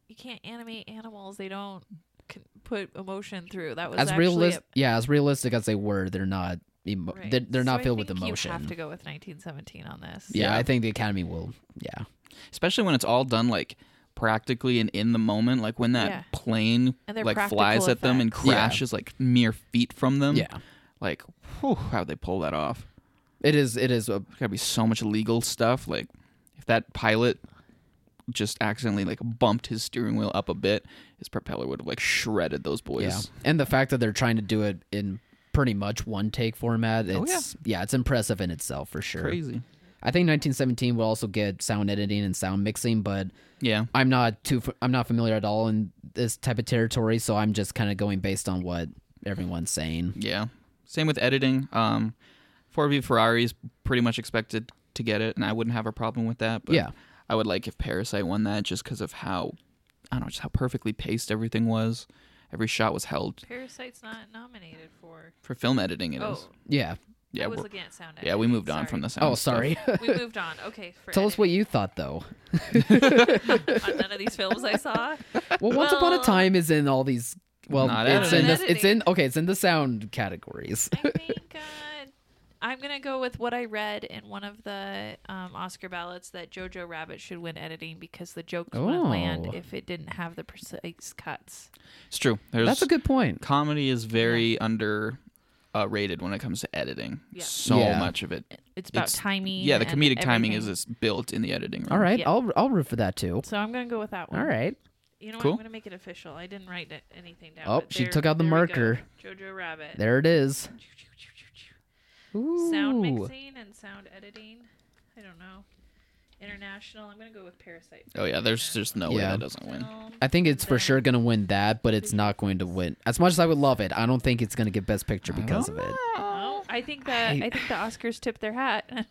S2: you can't animate animals. They don't c- put emotion through. That was
S4: As
S2: actually
S4: realistic,
S2: a-
S4: yeah, as realistic as they were, they're not. Emo-
S2: right.
S4: oh, They're, they're
S2: So
S4: not
S2: I
S4: filled with
S2: think
S4: emotion.
S2: You have to go with 1917 on this.
S4: yeah,
S3: Yeah.
S4: I think the Academy will. Yeah,
S3: especially when it's all done like practically and in the moment like when that
S2: Yeah.
S3: plane
S2: And their
S3: like
S2: practical
S3: flies at them and
S4: Yeah.
S3: crashes like mere feet from them
S4: yeah.
S3: like whew, how'd they pull that off
S4: It is. It is. A,
S3: there's gotta be so much legal stuff like if that pilot just accidentally like bumped his steering wheel up a bit his propeller would have like shredded those boys
S4: yeah, and the fact that they're trying to do it in pretty much one take format, it's
S3: Oh, yeah.
S4: yeah, it's impressive in itself for sure.
S3: crazy
S4: I think 1917 will also get sound editing and sound mixing, but
S3: yeah
S4: I'm not too fa- I'm not familiar at all in this type of territory, so I'm just kind of going based on what everyone's saying.
S3: Yeah. Same with editing. Um, Ford v Ferrari's pretty much expected to get it, and I wouldn't have a problem with that. But
S4: Yeah.
S3: I would like if Parasite won that just because of how, I don't know, just how perfectly paced everything was. Every shot was held.
S2: Parasite's not nominated for.
S3: For film editing, It is.
S2: oh,
S4: Yeah.
S3: Yeah,
S2: I was
S3: we're-
S2: looking at sound.
S3: yeah, we
S2: editing,
S3: moved on from the sound.
S4: Oh,
S3: stuff.
S4: sorry.
S2: We moved on. Okay. For
S4: Tell us what you thought though.
S2: editing on none of these films I saw.
S4: Well, Once Upon a
S2: Well-
S4: Time is in all these. Well,
S3: Not
S4: it's
S3: editing.
S4: in this. It's in okay. It's in the sound categories.
S2: I think uh, I'm gonna go with what I read in one of the um, Oscar ballots that Jojo Rabbit should win editing because the jokes wouldn't land
S4: Oh.
S2: if it didn't have the precise cuts.
S3: It's true. There's,
S4: That's a good point.
S3: Comedy is very under. Uh, rated when it comes to editing,
S2: Yeah.
S3: so
S4: Yeah.
S3: much of it.
S2: It's about
S3: It's-
S2: timing.
S3: Yeah, the
S2: and
S3: comedic timing is
S2: everything.
S3: is built in the editing. Room.
S4: All right,
S2: Yeah.
S4: I'll I'll root for that too.
S2: So I'm gonna go with that one.
S4: All right.
S2: You know what?
S3: Cool.
S2: I'm gonna make it official. I didn't write it- anything down.
S4: Oh,
S2: but
S4: she
S2: there-
S4: took out the
S2: there we go.
S4: marker.
S2: Jojo Rabbit.
S4: There it is.
S2: Sound
S4: Ooh.
S2: mixing and sound editing. I don't know. International. I'm gonna go with Parasite.
S3: Oh yeah, there's just no way
S4: Yeah.
S3: that doesn't win.
S2: Film.
S4: I think it's for sure going to win that, but it's not going to win. As much as I would love it, I don't think it's going to get Best Picture because of it.
S2: No, I think that I,
S4: I-
S2: think the Oscars tipped their hat and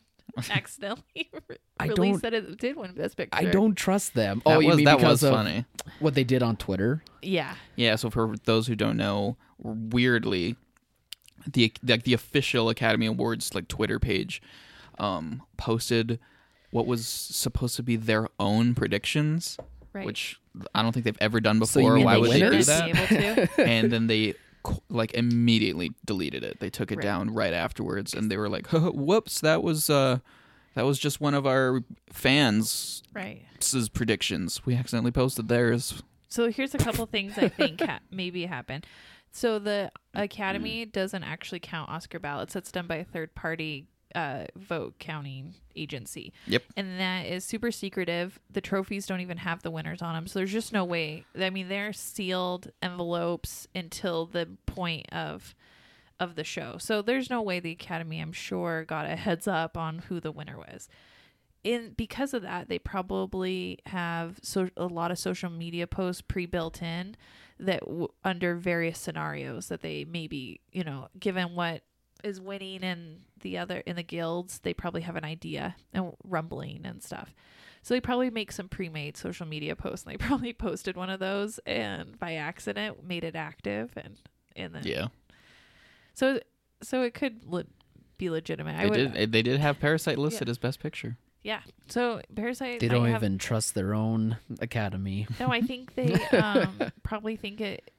S2: accidentally re-
S4: I
S2: released
S4: don't-
S2: that it did win Best Picture.
S4: I don't trust them.
S3: That
S4: oh, you
S3: was-
S4: mean
S3: that was
S4: because of
S3: funny.
S4: what they did on Twitter?
S2: Yeah,
S3: Yeah, so for those who don't know, weirdly, the like the official Academy Awards like Twitter page um posted what was supposed to be their own predictions,
S2: right.
S3: which I don't think they've ever done
S4: So you
S3: before.
S4: mean
S3: Why
S4: the
S3: would
S2: Should
S3: they do
S4: winners?
S2: not
S3: that?
S2: be able to.
S3: and then they qu- like immediately deleted it. They took it
S2: Right.
S3: down right afterwards and they were like, "Whoops, that was uh that was just one of our fans'
S2: right.
S3: predictions. We accidentally posted theirs."
S2: So here's a couple things I think ha- maybe happened. So the Academy doesn't actually count Oscar ballots. That's done by a third party uh, vote counting agency.
S3: Yep.
S2: And that is super secretive. The trophies don't even have the winners on them. So there's just no way. I mean, they're sealed envelopes until the point of of the show. So there's no way the Academy, I'm sure, got a heads up on who the winner was. in because of that, they probably have so a lot of social media posts pre-built in that w- under various scenarios that they maybe you know given what is winning in the other in the guilds, they probably have an idea and rumbling and stuff. So they probably make some pre-made social media posts, and they probably posted one of those and by accident made it active and and then
S3: Yeah,
S2: so so it could le- be legitimate. I
S3: they
S2: would
S3: did. They did have Parasite listed as Best Picture.
S2: yeah. So Parasite.
S4: They
S2: might
S4: don't
S2: have,
S4: even trust their own academy.
S2: No, I think they um, probably think it.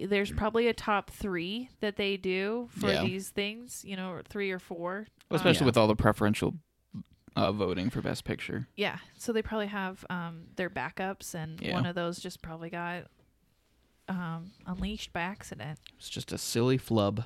S2: There's probably a top three that they do for
S3: Yeah.
S2: these things. You know, or three or four.
S3: Well, especially
S2: Um,
S3: with all the preferential uh, voting for Best Picture.
S2: yeah. So they probably have um, their backups, and
S3: Yeah.
S2: one of those just probably got um, unleashed by accident.
S3: It's just a silly flub.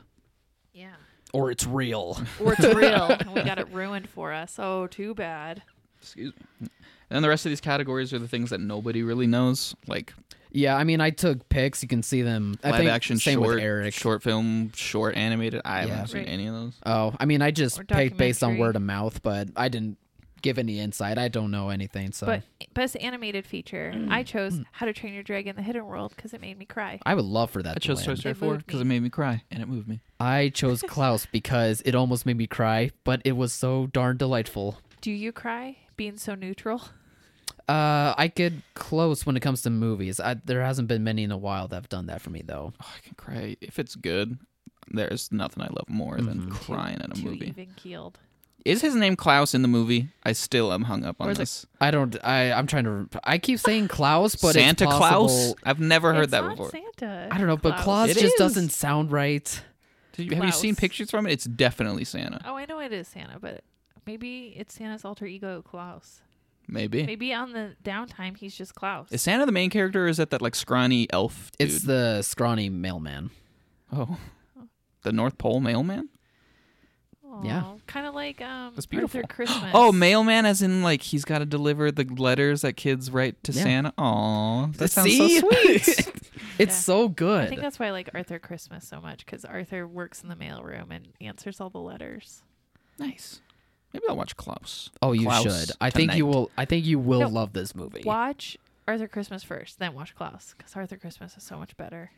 S2: Yeah.
S4: Or it's real.
S2: Or it's real, and we got it ruined for us. Oh, too bad.
S3: Excuse me. And then the rest of these categories are the things that nobody really knows, like
S4: Yeah, I mean, I took pics. You can see them. I
S3: live
S4: think
S3: action,
S4: same
S3: short,
S4: with Eric.
S3: short film, short animated. I
S4: Yeah.
S3: haven't seen
S2: Right.
S3: any of those.
S4: Oh, I mean, I
S2: Or
S4: just picked based on
S2: documentary.
S4: word of mouth, but I didn't give any insight. I don't know anything, so
S2: But best animated feature,
S3: Mm.
S2: I chose How to Train Your Dragon: The Hidden World because it made me cry.
S4: I would love for that.
S3: I
S4: to
S3: chose
S4: win.
S3: Toy Story
S2: It
S3: 4
S2: moved
S3: because
S2: me.
S3: it made me cry and it moved me.
S4: I chose Klaus because it almost made me cry, but it was so darn delightful.
S2: Do you cry being so neutral?
S4: Uh, I get close when it comes to movies. I, there hasn't been many in a while that have done that for me, though.
S3: Oh, I can cry if it's good. There's nothing I love more
S2: Mm-hmm.
S3: than crying at a
S2: Too
S3: movie.
S2: even keeled.
S3: Is his name Klaus in the movie? I still am hung up on
S2: Or is it
S3: this.
S4: I don't. I I'm trying to. rem- I keep saying Klaus, but
S3: Santa
S4: it's
S3: Klaus?
S4: possible-
S3: I've never heard
S2: It's
S3: that
S2: not
S3: before.
S2: Santa.
S4: I don't know, but Klaus
S3: It
S4: just
S3: is.
S4: doesn't sound right.
S3: Did you, have you seen
S2: Klaus.
S3: pictures from it? It's definitely Santa.
S2: Oh, I know it is Santa, but maybe it's Santa's alter ego, Klaus.
S3: Maybe.
S2: Maybe on the downtime, he's just Klaus.
S3: Is Santa the main character or is it that like scrawny elf dude?
S4: It's the scrawny mailman.
S3: oh. The North Pole mailman?
S4: yeah.
S2: Kind of like um,
S3: That's beautiful.
S2: Arthur Christmas.
S3: Oh, mailman as in like he's got to deliver the letters that kids write to
S4: Yeah.
S3: Santa. Aw, that sounds
S4: See?
S3: so sweet.
S4: It's
S2: Yeah.
S4: so
S2: I think
S4: good.
S2: that's why I like Arthur Christmas so much because Arthur works in the mailroom and answers all the letters.
S3: nice. Maybe I'll watch Klaus.
S4: Oh, you
S3: Klaus
S4: should. I think you
S3: tonight.
S4: will. I think you will
S2: No.
S4: love this movie.
S2: Watch Arthur Christmas first, then watch Klaus because Arthur Christmas is so much better.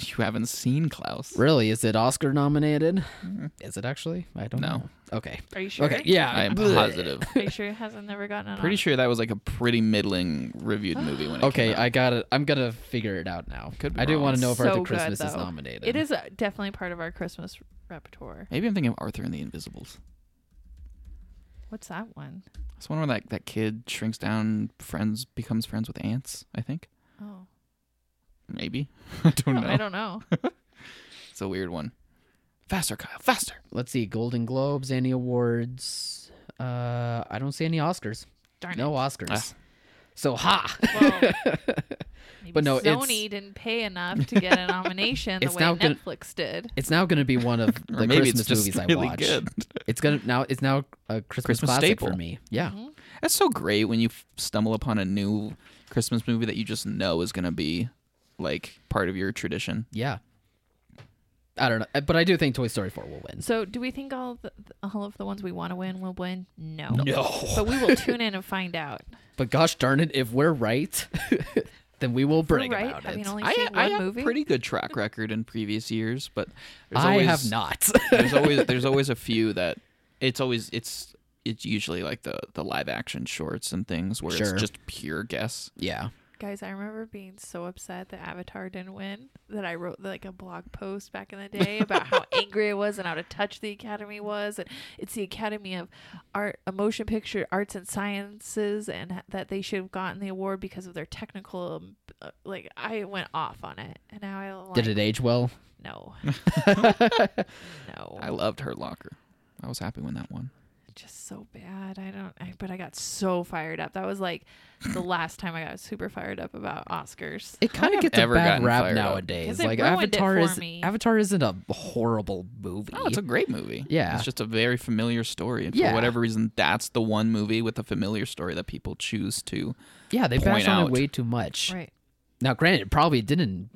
S3: You haven't seen Klaus.
S4: Really? Is it Oscar nominated? Is it actually? I
S3: Mm-hmm.
S4: don't
S3: No.
S4: know. Okay.
S2: Are you sure?
S4: Okay. Yeah.
S3: I am
S4: bleh.
S3: positive.
S2: Are you sure it hasn't never gotten an
S3: pretty
S2: Oscar?
S3: sure that was like a pretty middling reviewed movie when it
S4: Okay,
S3: came out.
S4: I got it. I'm gonna figure it out now.
S3: Could be
S4: I do
S3: wrong.
S4: want to know if
S2: So
S4: Arthur
S2: good,
S4: Christmas is
S2: though.
S4: nominated.
S2: It is uh, definitely part of our Christmas repertoire.
S3: Maybe I'm thinking of Arthur and the Invisibles.
S2: What's that one?
S3: It's one where that, that kid shrinks down, friends becomes friends with ants. I think
S2: Oh,
S3: maybe. I don't know.
S2: I don't know.
S3: It's a weird one. Faster, Kyle. Faster.
S4: Let's see. Golden Globes, any awards? Uh, I don't see any Oscars.
S2: Darn
S4: No
S2: it.
S4: Oscars.
S3: Ah.
S4: So ha.
S2: Well, maybe
S4: But no, it's-
S2: Sony didn't pay enough to get a nomination the
S4: It's
S2: way
S4: now gonna-
S2: Netflix did.
S4: It's now gonna be one of
S3: Or
S4: the
S3: maybe
S4: Christmas
S3: it's just
S4: movies
S3: really
S4: I watch.
S3: good.
S4: It's gonna now. It's now a Christmas,
S3: Christmas
S4: classic for
S3: staple.
S4: me. Yeah.
S2: Mm-hmm.
S3: That's so great when you f- stumble upon a new Christmas movie that you just know is gonna be like part of your tradition.
S4: Yeah. I don't know, uh, but I do think Toy Story 4 will win.
S2: So, do we think all of the, all of the ones we want to win will win? No.
S4: No.
S2: But we will tune in and find out.
S4: But gosh darn it, if we're right, then we will brag
S2: right,
S4: about
S2: having
S4: it.
S2: only
S3: I,
S2: seen
S3: I
S2: one
S3: have
S2: movie.
S3: pretty good track record in previous years, but there's
S4: I
S3: always,
S4: have not.
S3: there's always there's always a few that it's always it's it's usually like the the live action shorts and things where
S4: Sure.
S3: it's just pure guess.
S4: yeah.
S2: Guys, I remember being so upset that Avatar didn't win that I wrote like a blog post back in the day about how angry I was and how to touch the Academy was, and it's the Academy of Art, uh, Motion Picture Arts and Sciences, and h- that they should have gotten the award because of their technical. um, uh, Like I went off on it, and now I like,
S4: Did it age well?
S2: No, no,
S3: I loved Hurt Locker. I was happy when that won.
S2: just so bad. I don't. I, but I got so fired up. That was like the last time I got super fired up about Oscars.
S4: It kind
S3: have
S4: of gets a
S3: ever
S4: bad
S3: gotten
S4: rap
S3: fired up.
S4: nowadays.
S2: 'Cause it
S4: Like
S2: ruined it
S4: Avatar
S2: for
S4: is
S2: me.
S4: Avatar isn't a horrible movie.
S3: Oh, it's a great movie.
S4: Yeah.
S3: It's just a very familiar story. And
S4: Yeah.
S3: for whatever reason, that's the one movie with a familiar story that people choose to.
S4: yeah, they
S3: point
S4: bash on
S3: out.
S4: it way too much.
S2: Right.
S4: Now, granted, it probably didn't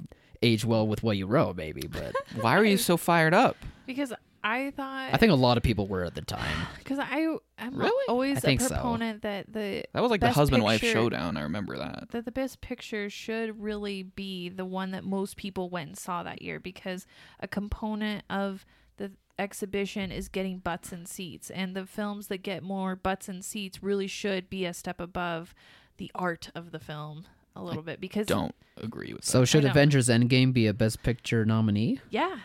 S4: age well with what you wrote, maybe, but
S3: Why are you so fired up?
S2: Because I thought
S4: I think a lot of people were at the time.
S2: because I I'm
S3: Really?
S4: I
S2: always a
S4: think so.
S2: proponent that the
S3: That was like the
S2: Best
S3: husband wife
S2: picture.
S3: showdown. I remember that.
S2: that the best picture should really be the one that most people went and saw that year because a component of the exhibition is getting butts and seats and the films that get more butts and seats really should be a step above the art of the film a little bit because
S3: Don't agree with that.
S4: So should
S2: know.
S4: Avengers Endgame be a Best Picture nominee?
S2: yeah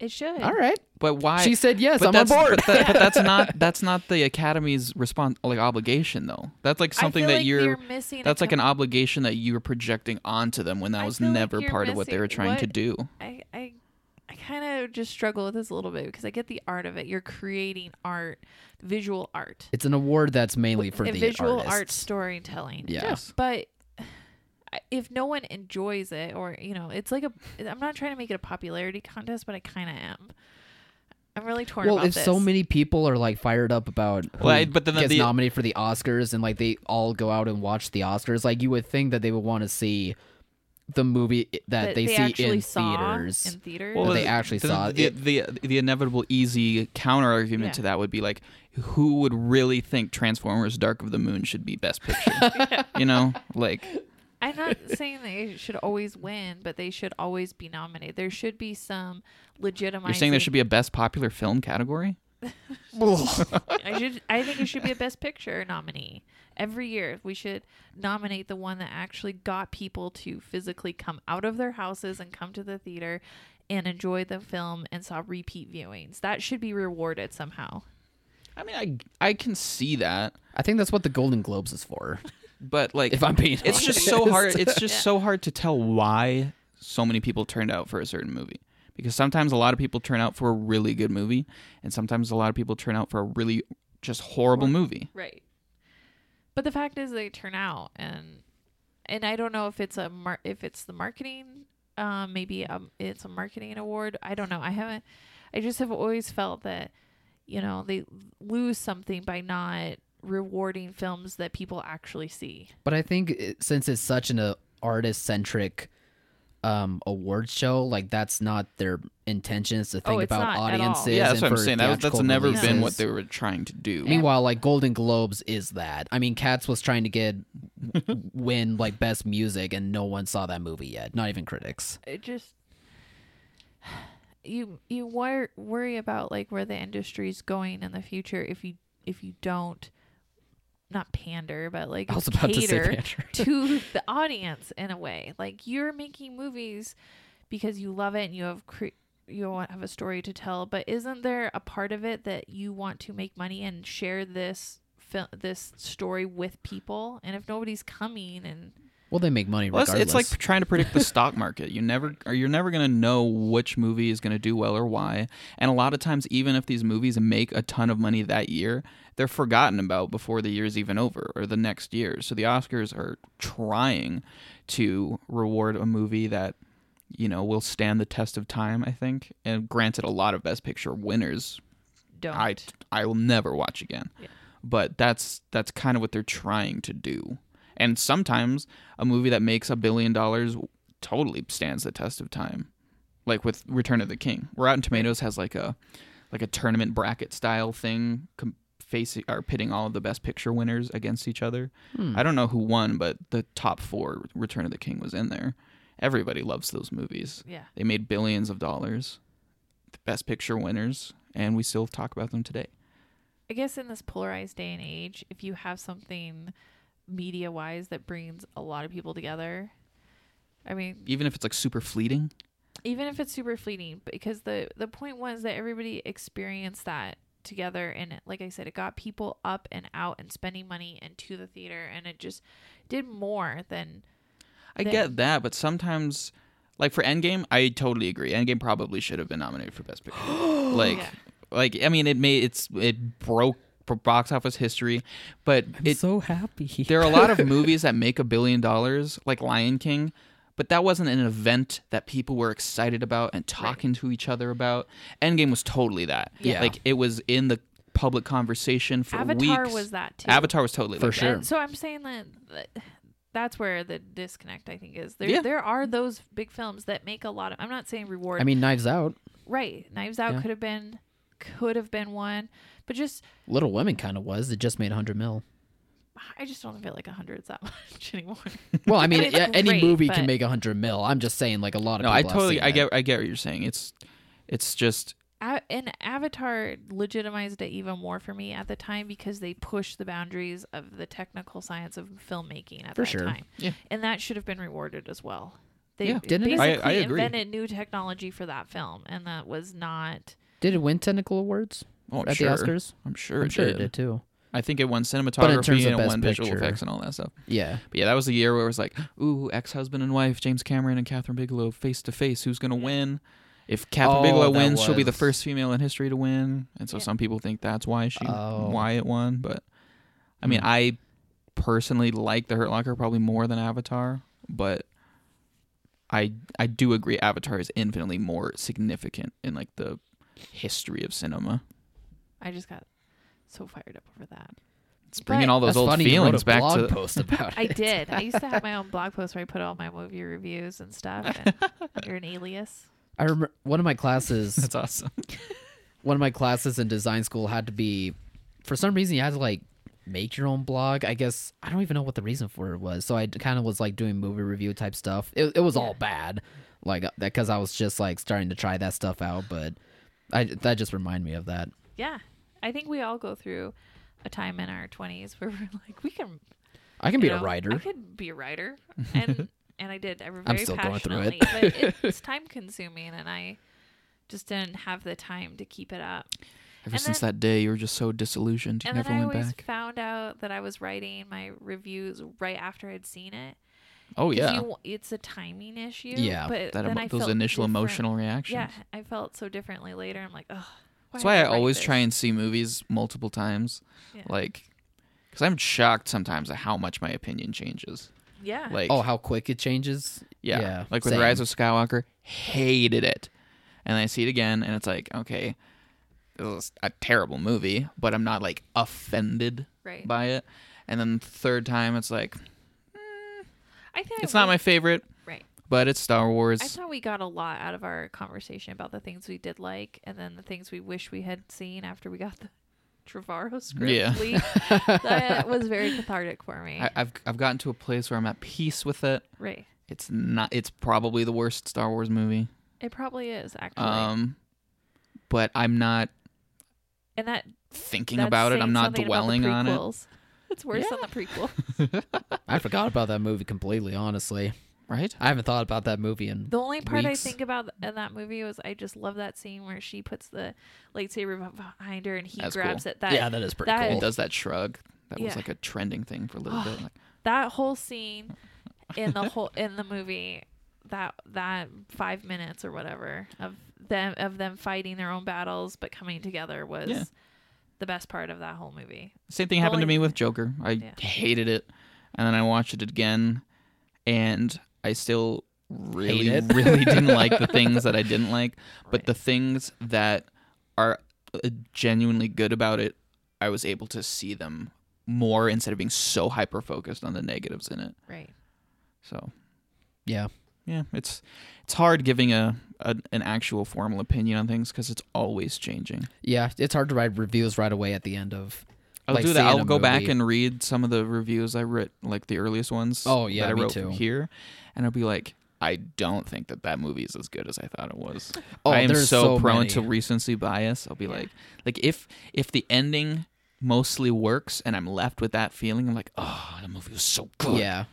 S2: it should
S4: All right.
S3: But why?
S4: She said yes.
S3: but
S4: I'm on
S3: that's-
S4: board.
S3: But, that- but that's not that's not the Academy's response like obligation though. That's like
S2: I
S3: something
S2: feel
S3: that
S2: like
S3: you're.
S2: missing a
S3: that's like
S2: com-
S3: an obligation that you were projecting onto them when that
S2: I
S3: was
S2: feel like
S3: never
S2: you're
S3: part of what they
S2: missing
S3: were trying to
S2: what-
S3: do.
S2: I I I kind of just struggle with this a little bit because I get the art of it. You're creating art, visual art,
S4: It's an award that's mainly for
S2: and
S4: the
S2: visual art
S4: artists.
S2: storytelling.
S4: Yes.
S2: But I- if no one enjoys it, or you know, it's like a. I'm not trying to make it a popularity contest, but I kind of am. I'm really torn.
S4: Well,
S2: about
S4: if
S2: this.
S4: so many people are like fired up about who
S3: Well, I- but then the-
S4: gets
S3: the-
S4: nominated for the Oscars and like they all go out and watch the Oscars, like you would think that they would want to see the movie that, they, see
S2: actually
S4: in
S2: saw
S4: theaters.
S2: in theaters,
S4: Well, they
S3: the-
S4: actually
S3: the,
S4: saw
S3: the,
S4: it.
S3: the the inevitable easy counter argument
S2: Yeah.
S3: to that would be like, who would really think Transformers: Dark of the Moon should be Best Picture? you know, like
S2: I'm not saying they should always win, but they should always be nominated. There should be some legitimizing.
S3: you're saying there should be a Best Popular Film category.
S2: I should. I think it should be a Best Picture nominee every year. We should nominate the one that actually got people to physically come out of their houses and come to the theater and enjoy the film and saw repeat viewings. That should be rewarded somehow.
S3: I mean, I I can see that,
S4: I think that's what the Golden Globes is for.
S3: but like,
S4: If I'm being
S3: it's just so
S4: honest.
S3: hard. It's just so hard to tell why so many people turned out for a certain movie. Because sometimes a lot of people turn out for a really good movie, and sometimes a lot of people turn out for a really just horrible movie.
S2: Right. But the fact is, they turn out, and and I don't know if it's a mar- if it's the marketing, um, maybe um, it's a marketing award. I don't know. I haven't. I just have always felt that, you know, they lose something by not rewarding films that people actually see.
S4: But I think it, since it's such an uh, artist centric um award show, like that's not their intentions to think
S2: Oh, it's
S4: about
S2: not at all.
S4: audiences.
S3: Yeah, that's
S4: and
S3: what I'm
S4: for
S3: saying. That was, that's
S4: theatrical
S3: never been what
S4: releases.
S3: they were trying to do.
S4: Meanwhile, like Golden Globes is that. I mean, Cats was trying to get win like best music, and no one saw that movie yet. Not even critics.
S2: It just you you wor- worry about like where the industry's going in the future if you if you don't not pander but like
S4: I was about to say
S2: cater
S4: Panther.
S2: to the audience in a way. Like you're making movies because you love it and you have cre- you want have a story to tell, but isn't there a part of it that you want to make money and share this fil- this story with people? And if nobody's coming and
S4: Well, they make money
S3: Well, it's,
S4: regardless.
S3: it's like trying to predict the stock market. You never, or you're never going to know which movie is going to do well or why. And a lot of times, even if these movies make a ton of money that year, they're forgotten about before the year's even over or the next year. So the Oscars are trying to reward a movie that you know will stand the test of time. I think, and granted, a lot of Best Picture winners
S2: don't
S3: I I will never watch again. But that's that's kind of what they're trying to do. And sometimes a movie that makes a billion dollars totally stands the test of time. Like with Return of the King. Rotten Tomatoes has like a like a tournament bracket style thing com- facing or pitting all of the best picture winners against each other. I don't know who won, but the top 4 Return of the King was in there. Everybody loves those movies.
S2: yeah.
S3: They made billions of dollars, the best picture winners, and we still talk about them today.
S2: I guess in this polarized day and age, if you have something media wise that brings a lot of people together, I mean,
S3: Even if it's like super fleeting.
S2: even if it's super fleeting because the the point was that everybody experienced that together and it- like i said it got people up and out and spending money and to the theater and it just did more than
S3: I
S2: They-
S3: get that, but sometimes like for Endgame, I totally agree. Endgame probably should have been nominated for Best Picture. like
S2: Yeah.
S3: like I mean it made it's it broke box office history, but it
S4: so happy.
S3: there are a lot of movies that make a billion dollars, like Lion King, but that wasn't an event that people were excited about and talking to each other about. Endgame was totally that.
S4: Yeah.
S3: Like it was in the public conversation for
S2: avatar
S3: weeks.
S2: was that too
S3: Avatar was totally
S4: For
S3: like that.
S4: sure.
S2: And so i'm saying that, that- that's where the disconnect i think is there
S3: Yeah.
S2: there are those big films that make a lot of i'm not saying reward
S4: I mean, Knives Out.
S2: right knives out
S4: Yeah.
S2: could have been could have been one, but just
S4: Little Women kind of was. It just made 100 mil.
S2: I just don't feel like a hundred's that much anymore.
S4: Well, I mean,
S2: it's
S4: yeah, any
S2: great,
S4: movie
S2: but-
S4: can make 100 mil. I'm just saying, like, a lot of
S3: No,
S4: people
S3: I
S4: have
S3: totally
S4: seen
S3: I
S4: that.
S3: get I get what you're saying. It's it's just
S2: A- and Avatar legitimized it even more for me at the time because they pushed the boundaries of the technical science of filmmaking at
S4: For
S2: that
S4: sure.
S2: time.
S3: Yeah.
S2: And that should have been rewarded as well. They
S4: Yeah, didn't it?
S2: basically
S4: I-
S3: I agree.
S2: invented new technology for that film, and that was not.
S4: Did it win technical awards
S3: oh, I'm
S4: at
S3: sure.
S4: the Oscars?
S3: I'm sure
S4: I'm
S3: it
S4: sure
S3: did.
S4: it did too.
S3: I think it won cinematography
S4: terms of
S3: and it
S4: Best
S3: won visual
S4: Picture-
S3: effects and all that stuff.
S4: Yeah.
S3: But yeah, that was the year where it was like, ooh, ex-husband and wife, James Cameron and Catherine Bigelow, face to face. Who's gonna win? If Catherine
S4: Oh,
S3: Bigelow
S4: that
S3: wins, she'll be the
S4: was-
S3: first female in history to win. And so
S2: Yeah.
S3: some people think that's why she
S4: Oh.
S3: why it won. But I mean,
S4: Hmm.
S3: I personally like The Hurt Locker probably more than Avatar, but I I do agree Avatar is infinitely more significant in like the history of cinema.
S2: I just got so fired up over that.
S3: It's bringing
S2: But-
S3: all those
S4: That's
S3: old
S4: funny, you wrote
S3: feelings
S4: a
S3: back
S4: blog
S3: to
S4: post about
S2: I
S4: it.
S2: did. I used to have my own blog post where I put all my movie reviews and stuff and under an alias.
S4: I remember one of my classes
S3: That's awesome.
S4: one of my classes in design school had to be for some reason you had to like make your own blog i guess i don't even know what the reason for it was so i kind of was like doing movie review type stuff it, it was all bad like uh, that because i was just like starting to try that stuff out but i that just reminded me of that
S2: Yeah. I think we all go through a time in our 20s where we're like, we can
S4: i can
S2: you
S4: be a
S2: know,
S4: writer
S2: I could be a writer, and and I did. I very
S4: I'm still going through
S2: passionately,
S4: it.
S2: but it's time consuming, and I just didn't have the time to keep it up.
S3: Ever
S2: And
S3: since
S2: then-
S3: that day, you were just so disillusioned. You
S2: and then
S3: never
S2: I
S3: went
S2: always
S3: back.
S2: found out that I was writing my reviews right after I'd seen it.
S3: Oh
S2: 'Cause
S3: yeah,
S2: you- it's a timing issue.
S4: Yeah,
S2: but
S3: that
S2: then
S3: emo-
S2: I
S3: those
S2: felt
S3: initial
S2: different-
S3: emotional reactions.
S2: Yeah, I felt so differently later. I'm like, oh.
S3: That's why I always try and see movies multiple times,
S2: Yeah.
S3: like, because I'm shocked sometimes at how much my opinion changes.
S2: yeah.
S3: Like,
S4: oh how quick it changes
S3: yeah,
S4: yeah,
S3: like with
S4: same.
S3: Rise of Skywalker, hated it, and I see it again, and it's like, okay, this is a terrible movie, but I'm not like offended
S2: Right.
S3: by it. And then third time, it's like,
S2: I think
S3: it's
S2: I
S3: not my
S2: went-
S3: favorite,
S2: right.
S3: but it's Star Wars.
S2: I thought we got a lot out of our conversation about the things we did like and then the things we wish we had seen after we got the Trevorrow script.
S3: Yeah.
S2: leak. that was very cathartic for me.
S3: I, I've I've gotten to a place where I'm at peace with it.
S2: right.
S3: It's not. It's probably the worst Star Wars movie.
S2: It probably is actually.
S3: Um, but I'm not
S2: and that
S3: thinking
S2: that's
S3: about it.
S2: saying
S3: I'm not
S2: something about the
S3: dwelling on it.
S2: prequels. It's worse than the prequel.
S4: i forgot about that movie completely honestly
S3: Right?
S4: i haven't thought about that movie in
S2: The only part
S4: Weeks.
S2: I think about in that movie was I just love that scene where she puts the lightsaber behind her and he
S3: That's
S2: grabs
S3: cool.
S2: it. That
S4: yeah that is pretty
S2: that-
S4: cool
S3: It does that shrug. That was
S2: Yeah.
S3: like a trending thing for a little bit. Like,
S2: that whole scene in the whole in the movie that that five minutes or whatever of them of them fighting their own battles but coming together was
S3: Yeah.
S2: the best part of that whole movie
S3: same thing happened to
S2: only-
S3: me with Joker. I
S2: Yeah.
S3: hated it, and then I watched it again, and I still really,
S4: Hate it.
S3: really didn't like the things that I didn't like. But the things that are uh, genuinely good about it, I was able to see them more instead of being so hyper focused on the negatives in it.
S2: right
S3: So
S4: yeah
S3: yeah it's it's hard giving a, a an actual formal opinion on things because it's always changing
S4: yeah it's hard to write reviews right away at the end of
S3: i'll
S4: like,
S3: do that
S4: seeing
S3: i'll
S4: a
S3: go back
S4: movie.
S3: and read some of the reviews i wrote like the earliest ones
S4: Oh, yeah,
S3: that i
S4: me
S3: wrote from
S4: too.
S3: here and i'll be like i don't think that that movie is as good as i thought it was
S4: Oh,
S3: i am
S4: there's
S3: so,
S4: so
S3: prone
S4: many.
S3: to recency bias i'll be
S2: Yeah.
S3: like like if if the ending mostly works and i'm left with that feeling i'm like oh the movie was so good
S4: yeah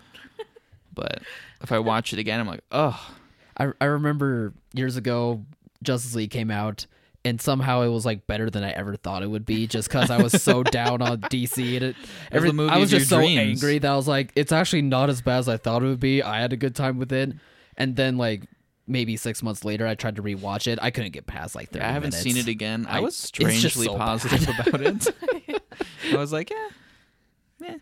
S3: but if i watch it again i'm like oh
S4: I I remember years ago Justice League came out and somehow it was like better than I ever thought it would be just cuz I was so down on DC and it every,
S3: the movie
S4: I was
S3: of your
S4: just so
S3: dreams.
S4: angry that I was like it's actually not as bad as I thought it would be. I had a good time with it. And then like maybe 6 months later I tried to rewatch it. I couldn't get past like 30
S3: I haven't seen it
S4: minutes.
S3: again. I,
S4: I-
S3: was
S4: it's just
S3: strangely
S4: so
S3: positive about it. I was like, yeah,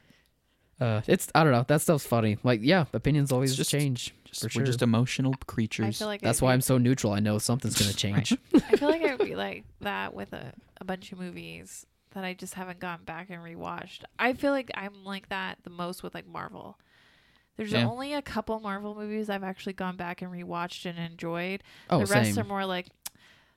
S4: Uh, it's I don't know. That stuff's funny. Like yeah, opinions always
S3: just-
S4: change.
S3: just,
S4: for
S3: we're
S4: sure.
S3: just emotional
S2: i
S3: creatures.
S2: feel like
S4: That's
S2: I'd
S4: why I'm
S2: be-
S4: so neutral. I know something's going to change.
S2: i feel like i would be like that with a, a bunch of movies that i just haven't gone back and rewatched i feel like i'm like that the most with like marvel there's
S3: Yeah.
S2: only a couple marvel movies i've actually gone back and rewatched and enjoyed
S4: Oh,
S2: the rest
S4: same.
S2: are more like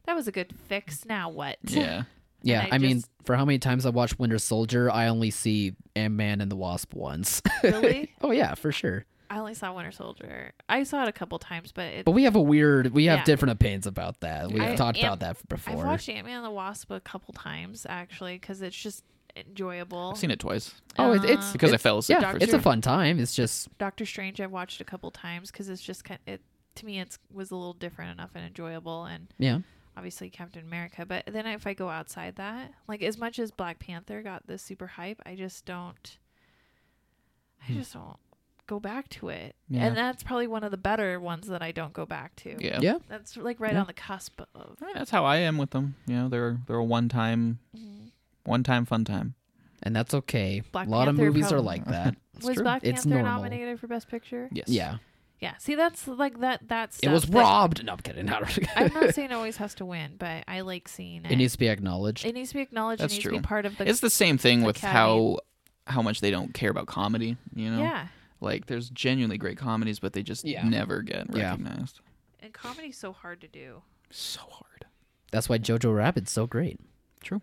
S2: that was a good fix. Now what?
S3: Yeah.
S4: Yeah,
S2: And
S4: I,
S2: I
S4: mean,
S2: just-
S4: for how many times I watched Winter Soldier, I only see Ant Man and the Wasp once.
S2: really?
S4: oh yeah, for sure.
S2: I only saw Winter Soldier. I saw it a couple times, but, it,
S4: But we have a weird, we have
S2: Yeah.
S4: different opinions about that. We've
S2: I-
S4: talked
S2: Ant-
S4: about that before.
S2: I've watched Ant Man and the Wasp a couple times actually because it's just enjoyable.
S3: I've seen it twice
S4: oh, it, it's
S2: Uh,
S3: because I
S4: it's-
S3: fell asleep.
S4: Yeah,
S2: for
S4: it's
S2: sure.
S4: a fun time. It's just
S2: Doctor Strange I've watched a couple times because it's just kind it to me it was a little different enough and enjoyable and
S4: yeah,
S2: obviously Captain America. But then if I go outside that, like as much as Black Panther got this super hype, I just don't.
S4: Hmm.
S2: I just don't go back to it,
S3: Yeah.
S2: and that's probably one of the better ones that I don't go back to.
S3: Yeah.
S4: yeah.
S2: that's like right
S4: Yeah.
S2: on the cusp of.
S3: Yeah, That's how I am with them. You know, they're they're a one time,
S4: Mm-hmm.
S3: one time fun time.
S4: and that's okay.
S2: Black
S4: a lot
S2: Panther
S4: of movies are
S2: probably-
S4: like that. It's
S2: was
S4: true.
S2: Black
S4: It's
S2: Panther
S4: normal.
S2: nominated for Best Picture?
S3: Yes.
S4: Yeah,
S2: Yeah. See, that's like that. That's
S4: it was robbed. No, I'm kidding.
S2: I'm not saying it always has to win, but I like seeing it.
S4: it needs to be acknowledged.
S2: It needs to be acknowledged.
S3: That's
S2: it needs to
S3: true.
S2: be part of the.
S3: It's the same thing with
S2: Academy.
S3: how how much they don't care about comedy. You know,
S2: yeah,
S3: like there's genuinely great comedies, but they just
S4: Yeah.
S3: never get
S4: Yeah.
S3: recognized.
S2: and comedy's so hard to do.
S3: So hard.
S4: That's why Jojo Rabbit's so great.
S3: True.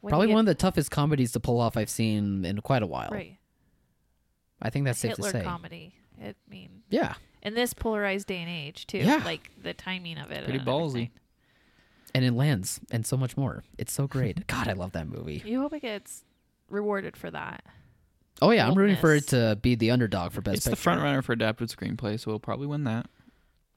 S2: When
S4: Probably
S2: you get-
S4: one of the toughest comedies to pull off I've seen in quite a while.
S2: right
S4: I think that's safe
S2: Hitler
S4: to say.
S2: comedy. I mean,
S4: Yeah,
S2: in this polarized day and age, too,
S4: Yeah.
S2: like the timing of it.
S3: Pretty
S2: and
S3: ballsy.
S2: everything.
S4: and it lands, and so much more. It's so great. God, I love that movie.
S2: You hope it gets rewarded for that.
S4: Oh yeah, I'm rooting for it
S2: boldness.
S4: to be the underdog for best.
S3: it's the
S4: Picture.
S3: front runner for adapted screenplay, so we'll probably win that,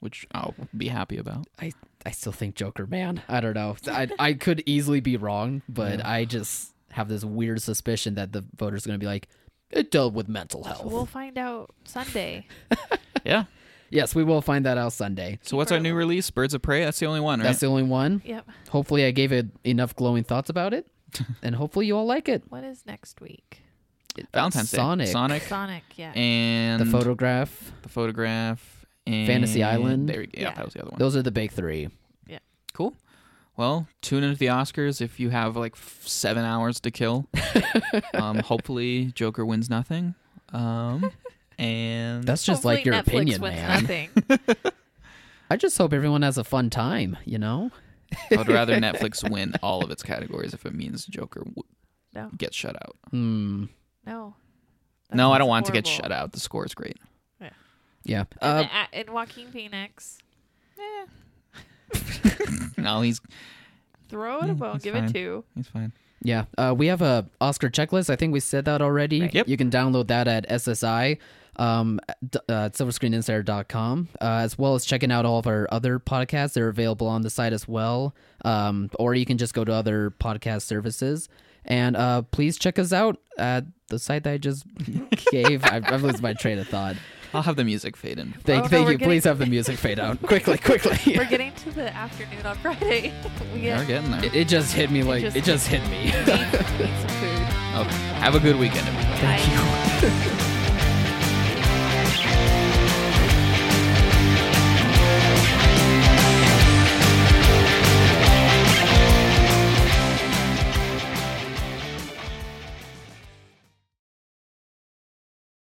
S3: which I'll be happy about.
S4: I I still think Joker man. I don't know. I I could easily be wrong, but I just have this weird suspicion that the voters are going to be like, it dealt with mental health.
S2: We'll find out Sunday.
S3: Yeah.
S4: yes, we will find that out Sunday.
S3: So what's our new release? Birds of Prey. That's the only one, right?
S4: That's the only one.
S2: yep.
S4: Hopefully, I gave it enough glowing thoughts about it, and hopefully, you all like it.
S2: What is next week?
S3: Valentine's
S4: Sonic.
S3: Day. Sonic.
S2: Sonic. Yeah.
S3: And
S4: The photograph.
S3: the photograph. And
S4: Fantasy Island.
S3: There we go. Yeah,
S2: Yeah.
S3: that was the other one.
S4: Those are the big three.
S3: Cool. Well, tune into the Oscars if you have like f- seven hours to kill. um, hopefully, Joker wins nothing. Um, and
S4: That's just like
S2: Hopefully
S4: your
S2: Netflix
S4: opinion,
S2: wins
S4: man.
S2: Nothing.
S4: I just hope everyone has a fun time. You know.
S3: I'd rather Netflix win all of its categories if it means Joker w-
S2: No.
S3: gets shut out.
S4: Hmm.
S2: No.
S3: no, I don't want it to get shut out. The score is great.
S4: Yeah.
S2: Uh,
S4: Uh,
S2: and, a- and Joaquin Phoenix.
S3: No, he's
S2: Throw it a
S3: Mm,
S2: bone.
S3: that's
S2: Give
S3: fine.
S2: it two.
S3: he's fine.
S4: Yeah, uh, we have a Oscar checklist. I think we said that already.
S2: Right.
S3: Yep.
S4: You can download that at SSI, um, d- uh, at silverscreeninsider.com, uh, as well as checking out all of our other podcasts. They're available on the site as well, um, or you can just go to other podcast services. And uh, please check us out at the site that I just gave. I've, I've lost my train of thought.
S3: I'll have the music fade in.
S4: Thank,
S2: Oh, no,
S4: thank
S2: we're
S4: you. Please
S2: getting-
S4: have the music fade out quickly, quickly.
S2: We're getting to the afternoon on Friday. we
S3: We're
S2: get,
S3: getting there.
S4: It, it just hit me like
S2: just-
S4: it just hit me.
S2: need, need some food.
S3: Okay. Have a good weekend, everybody.
S2: Thank you.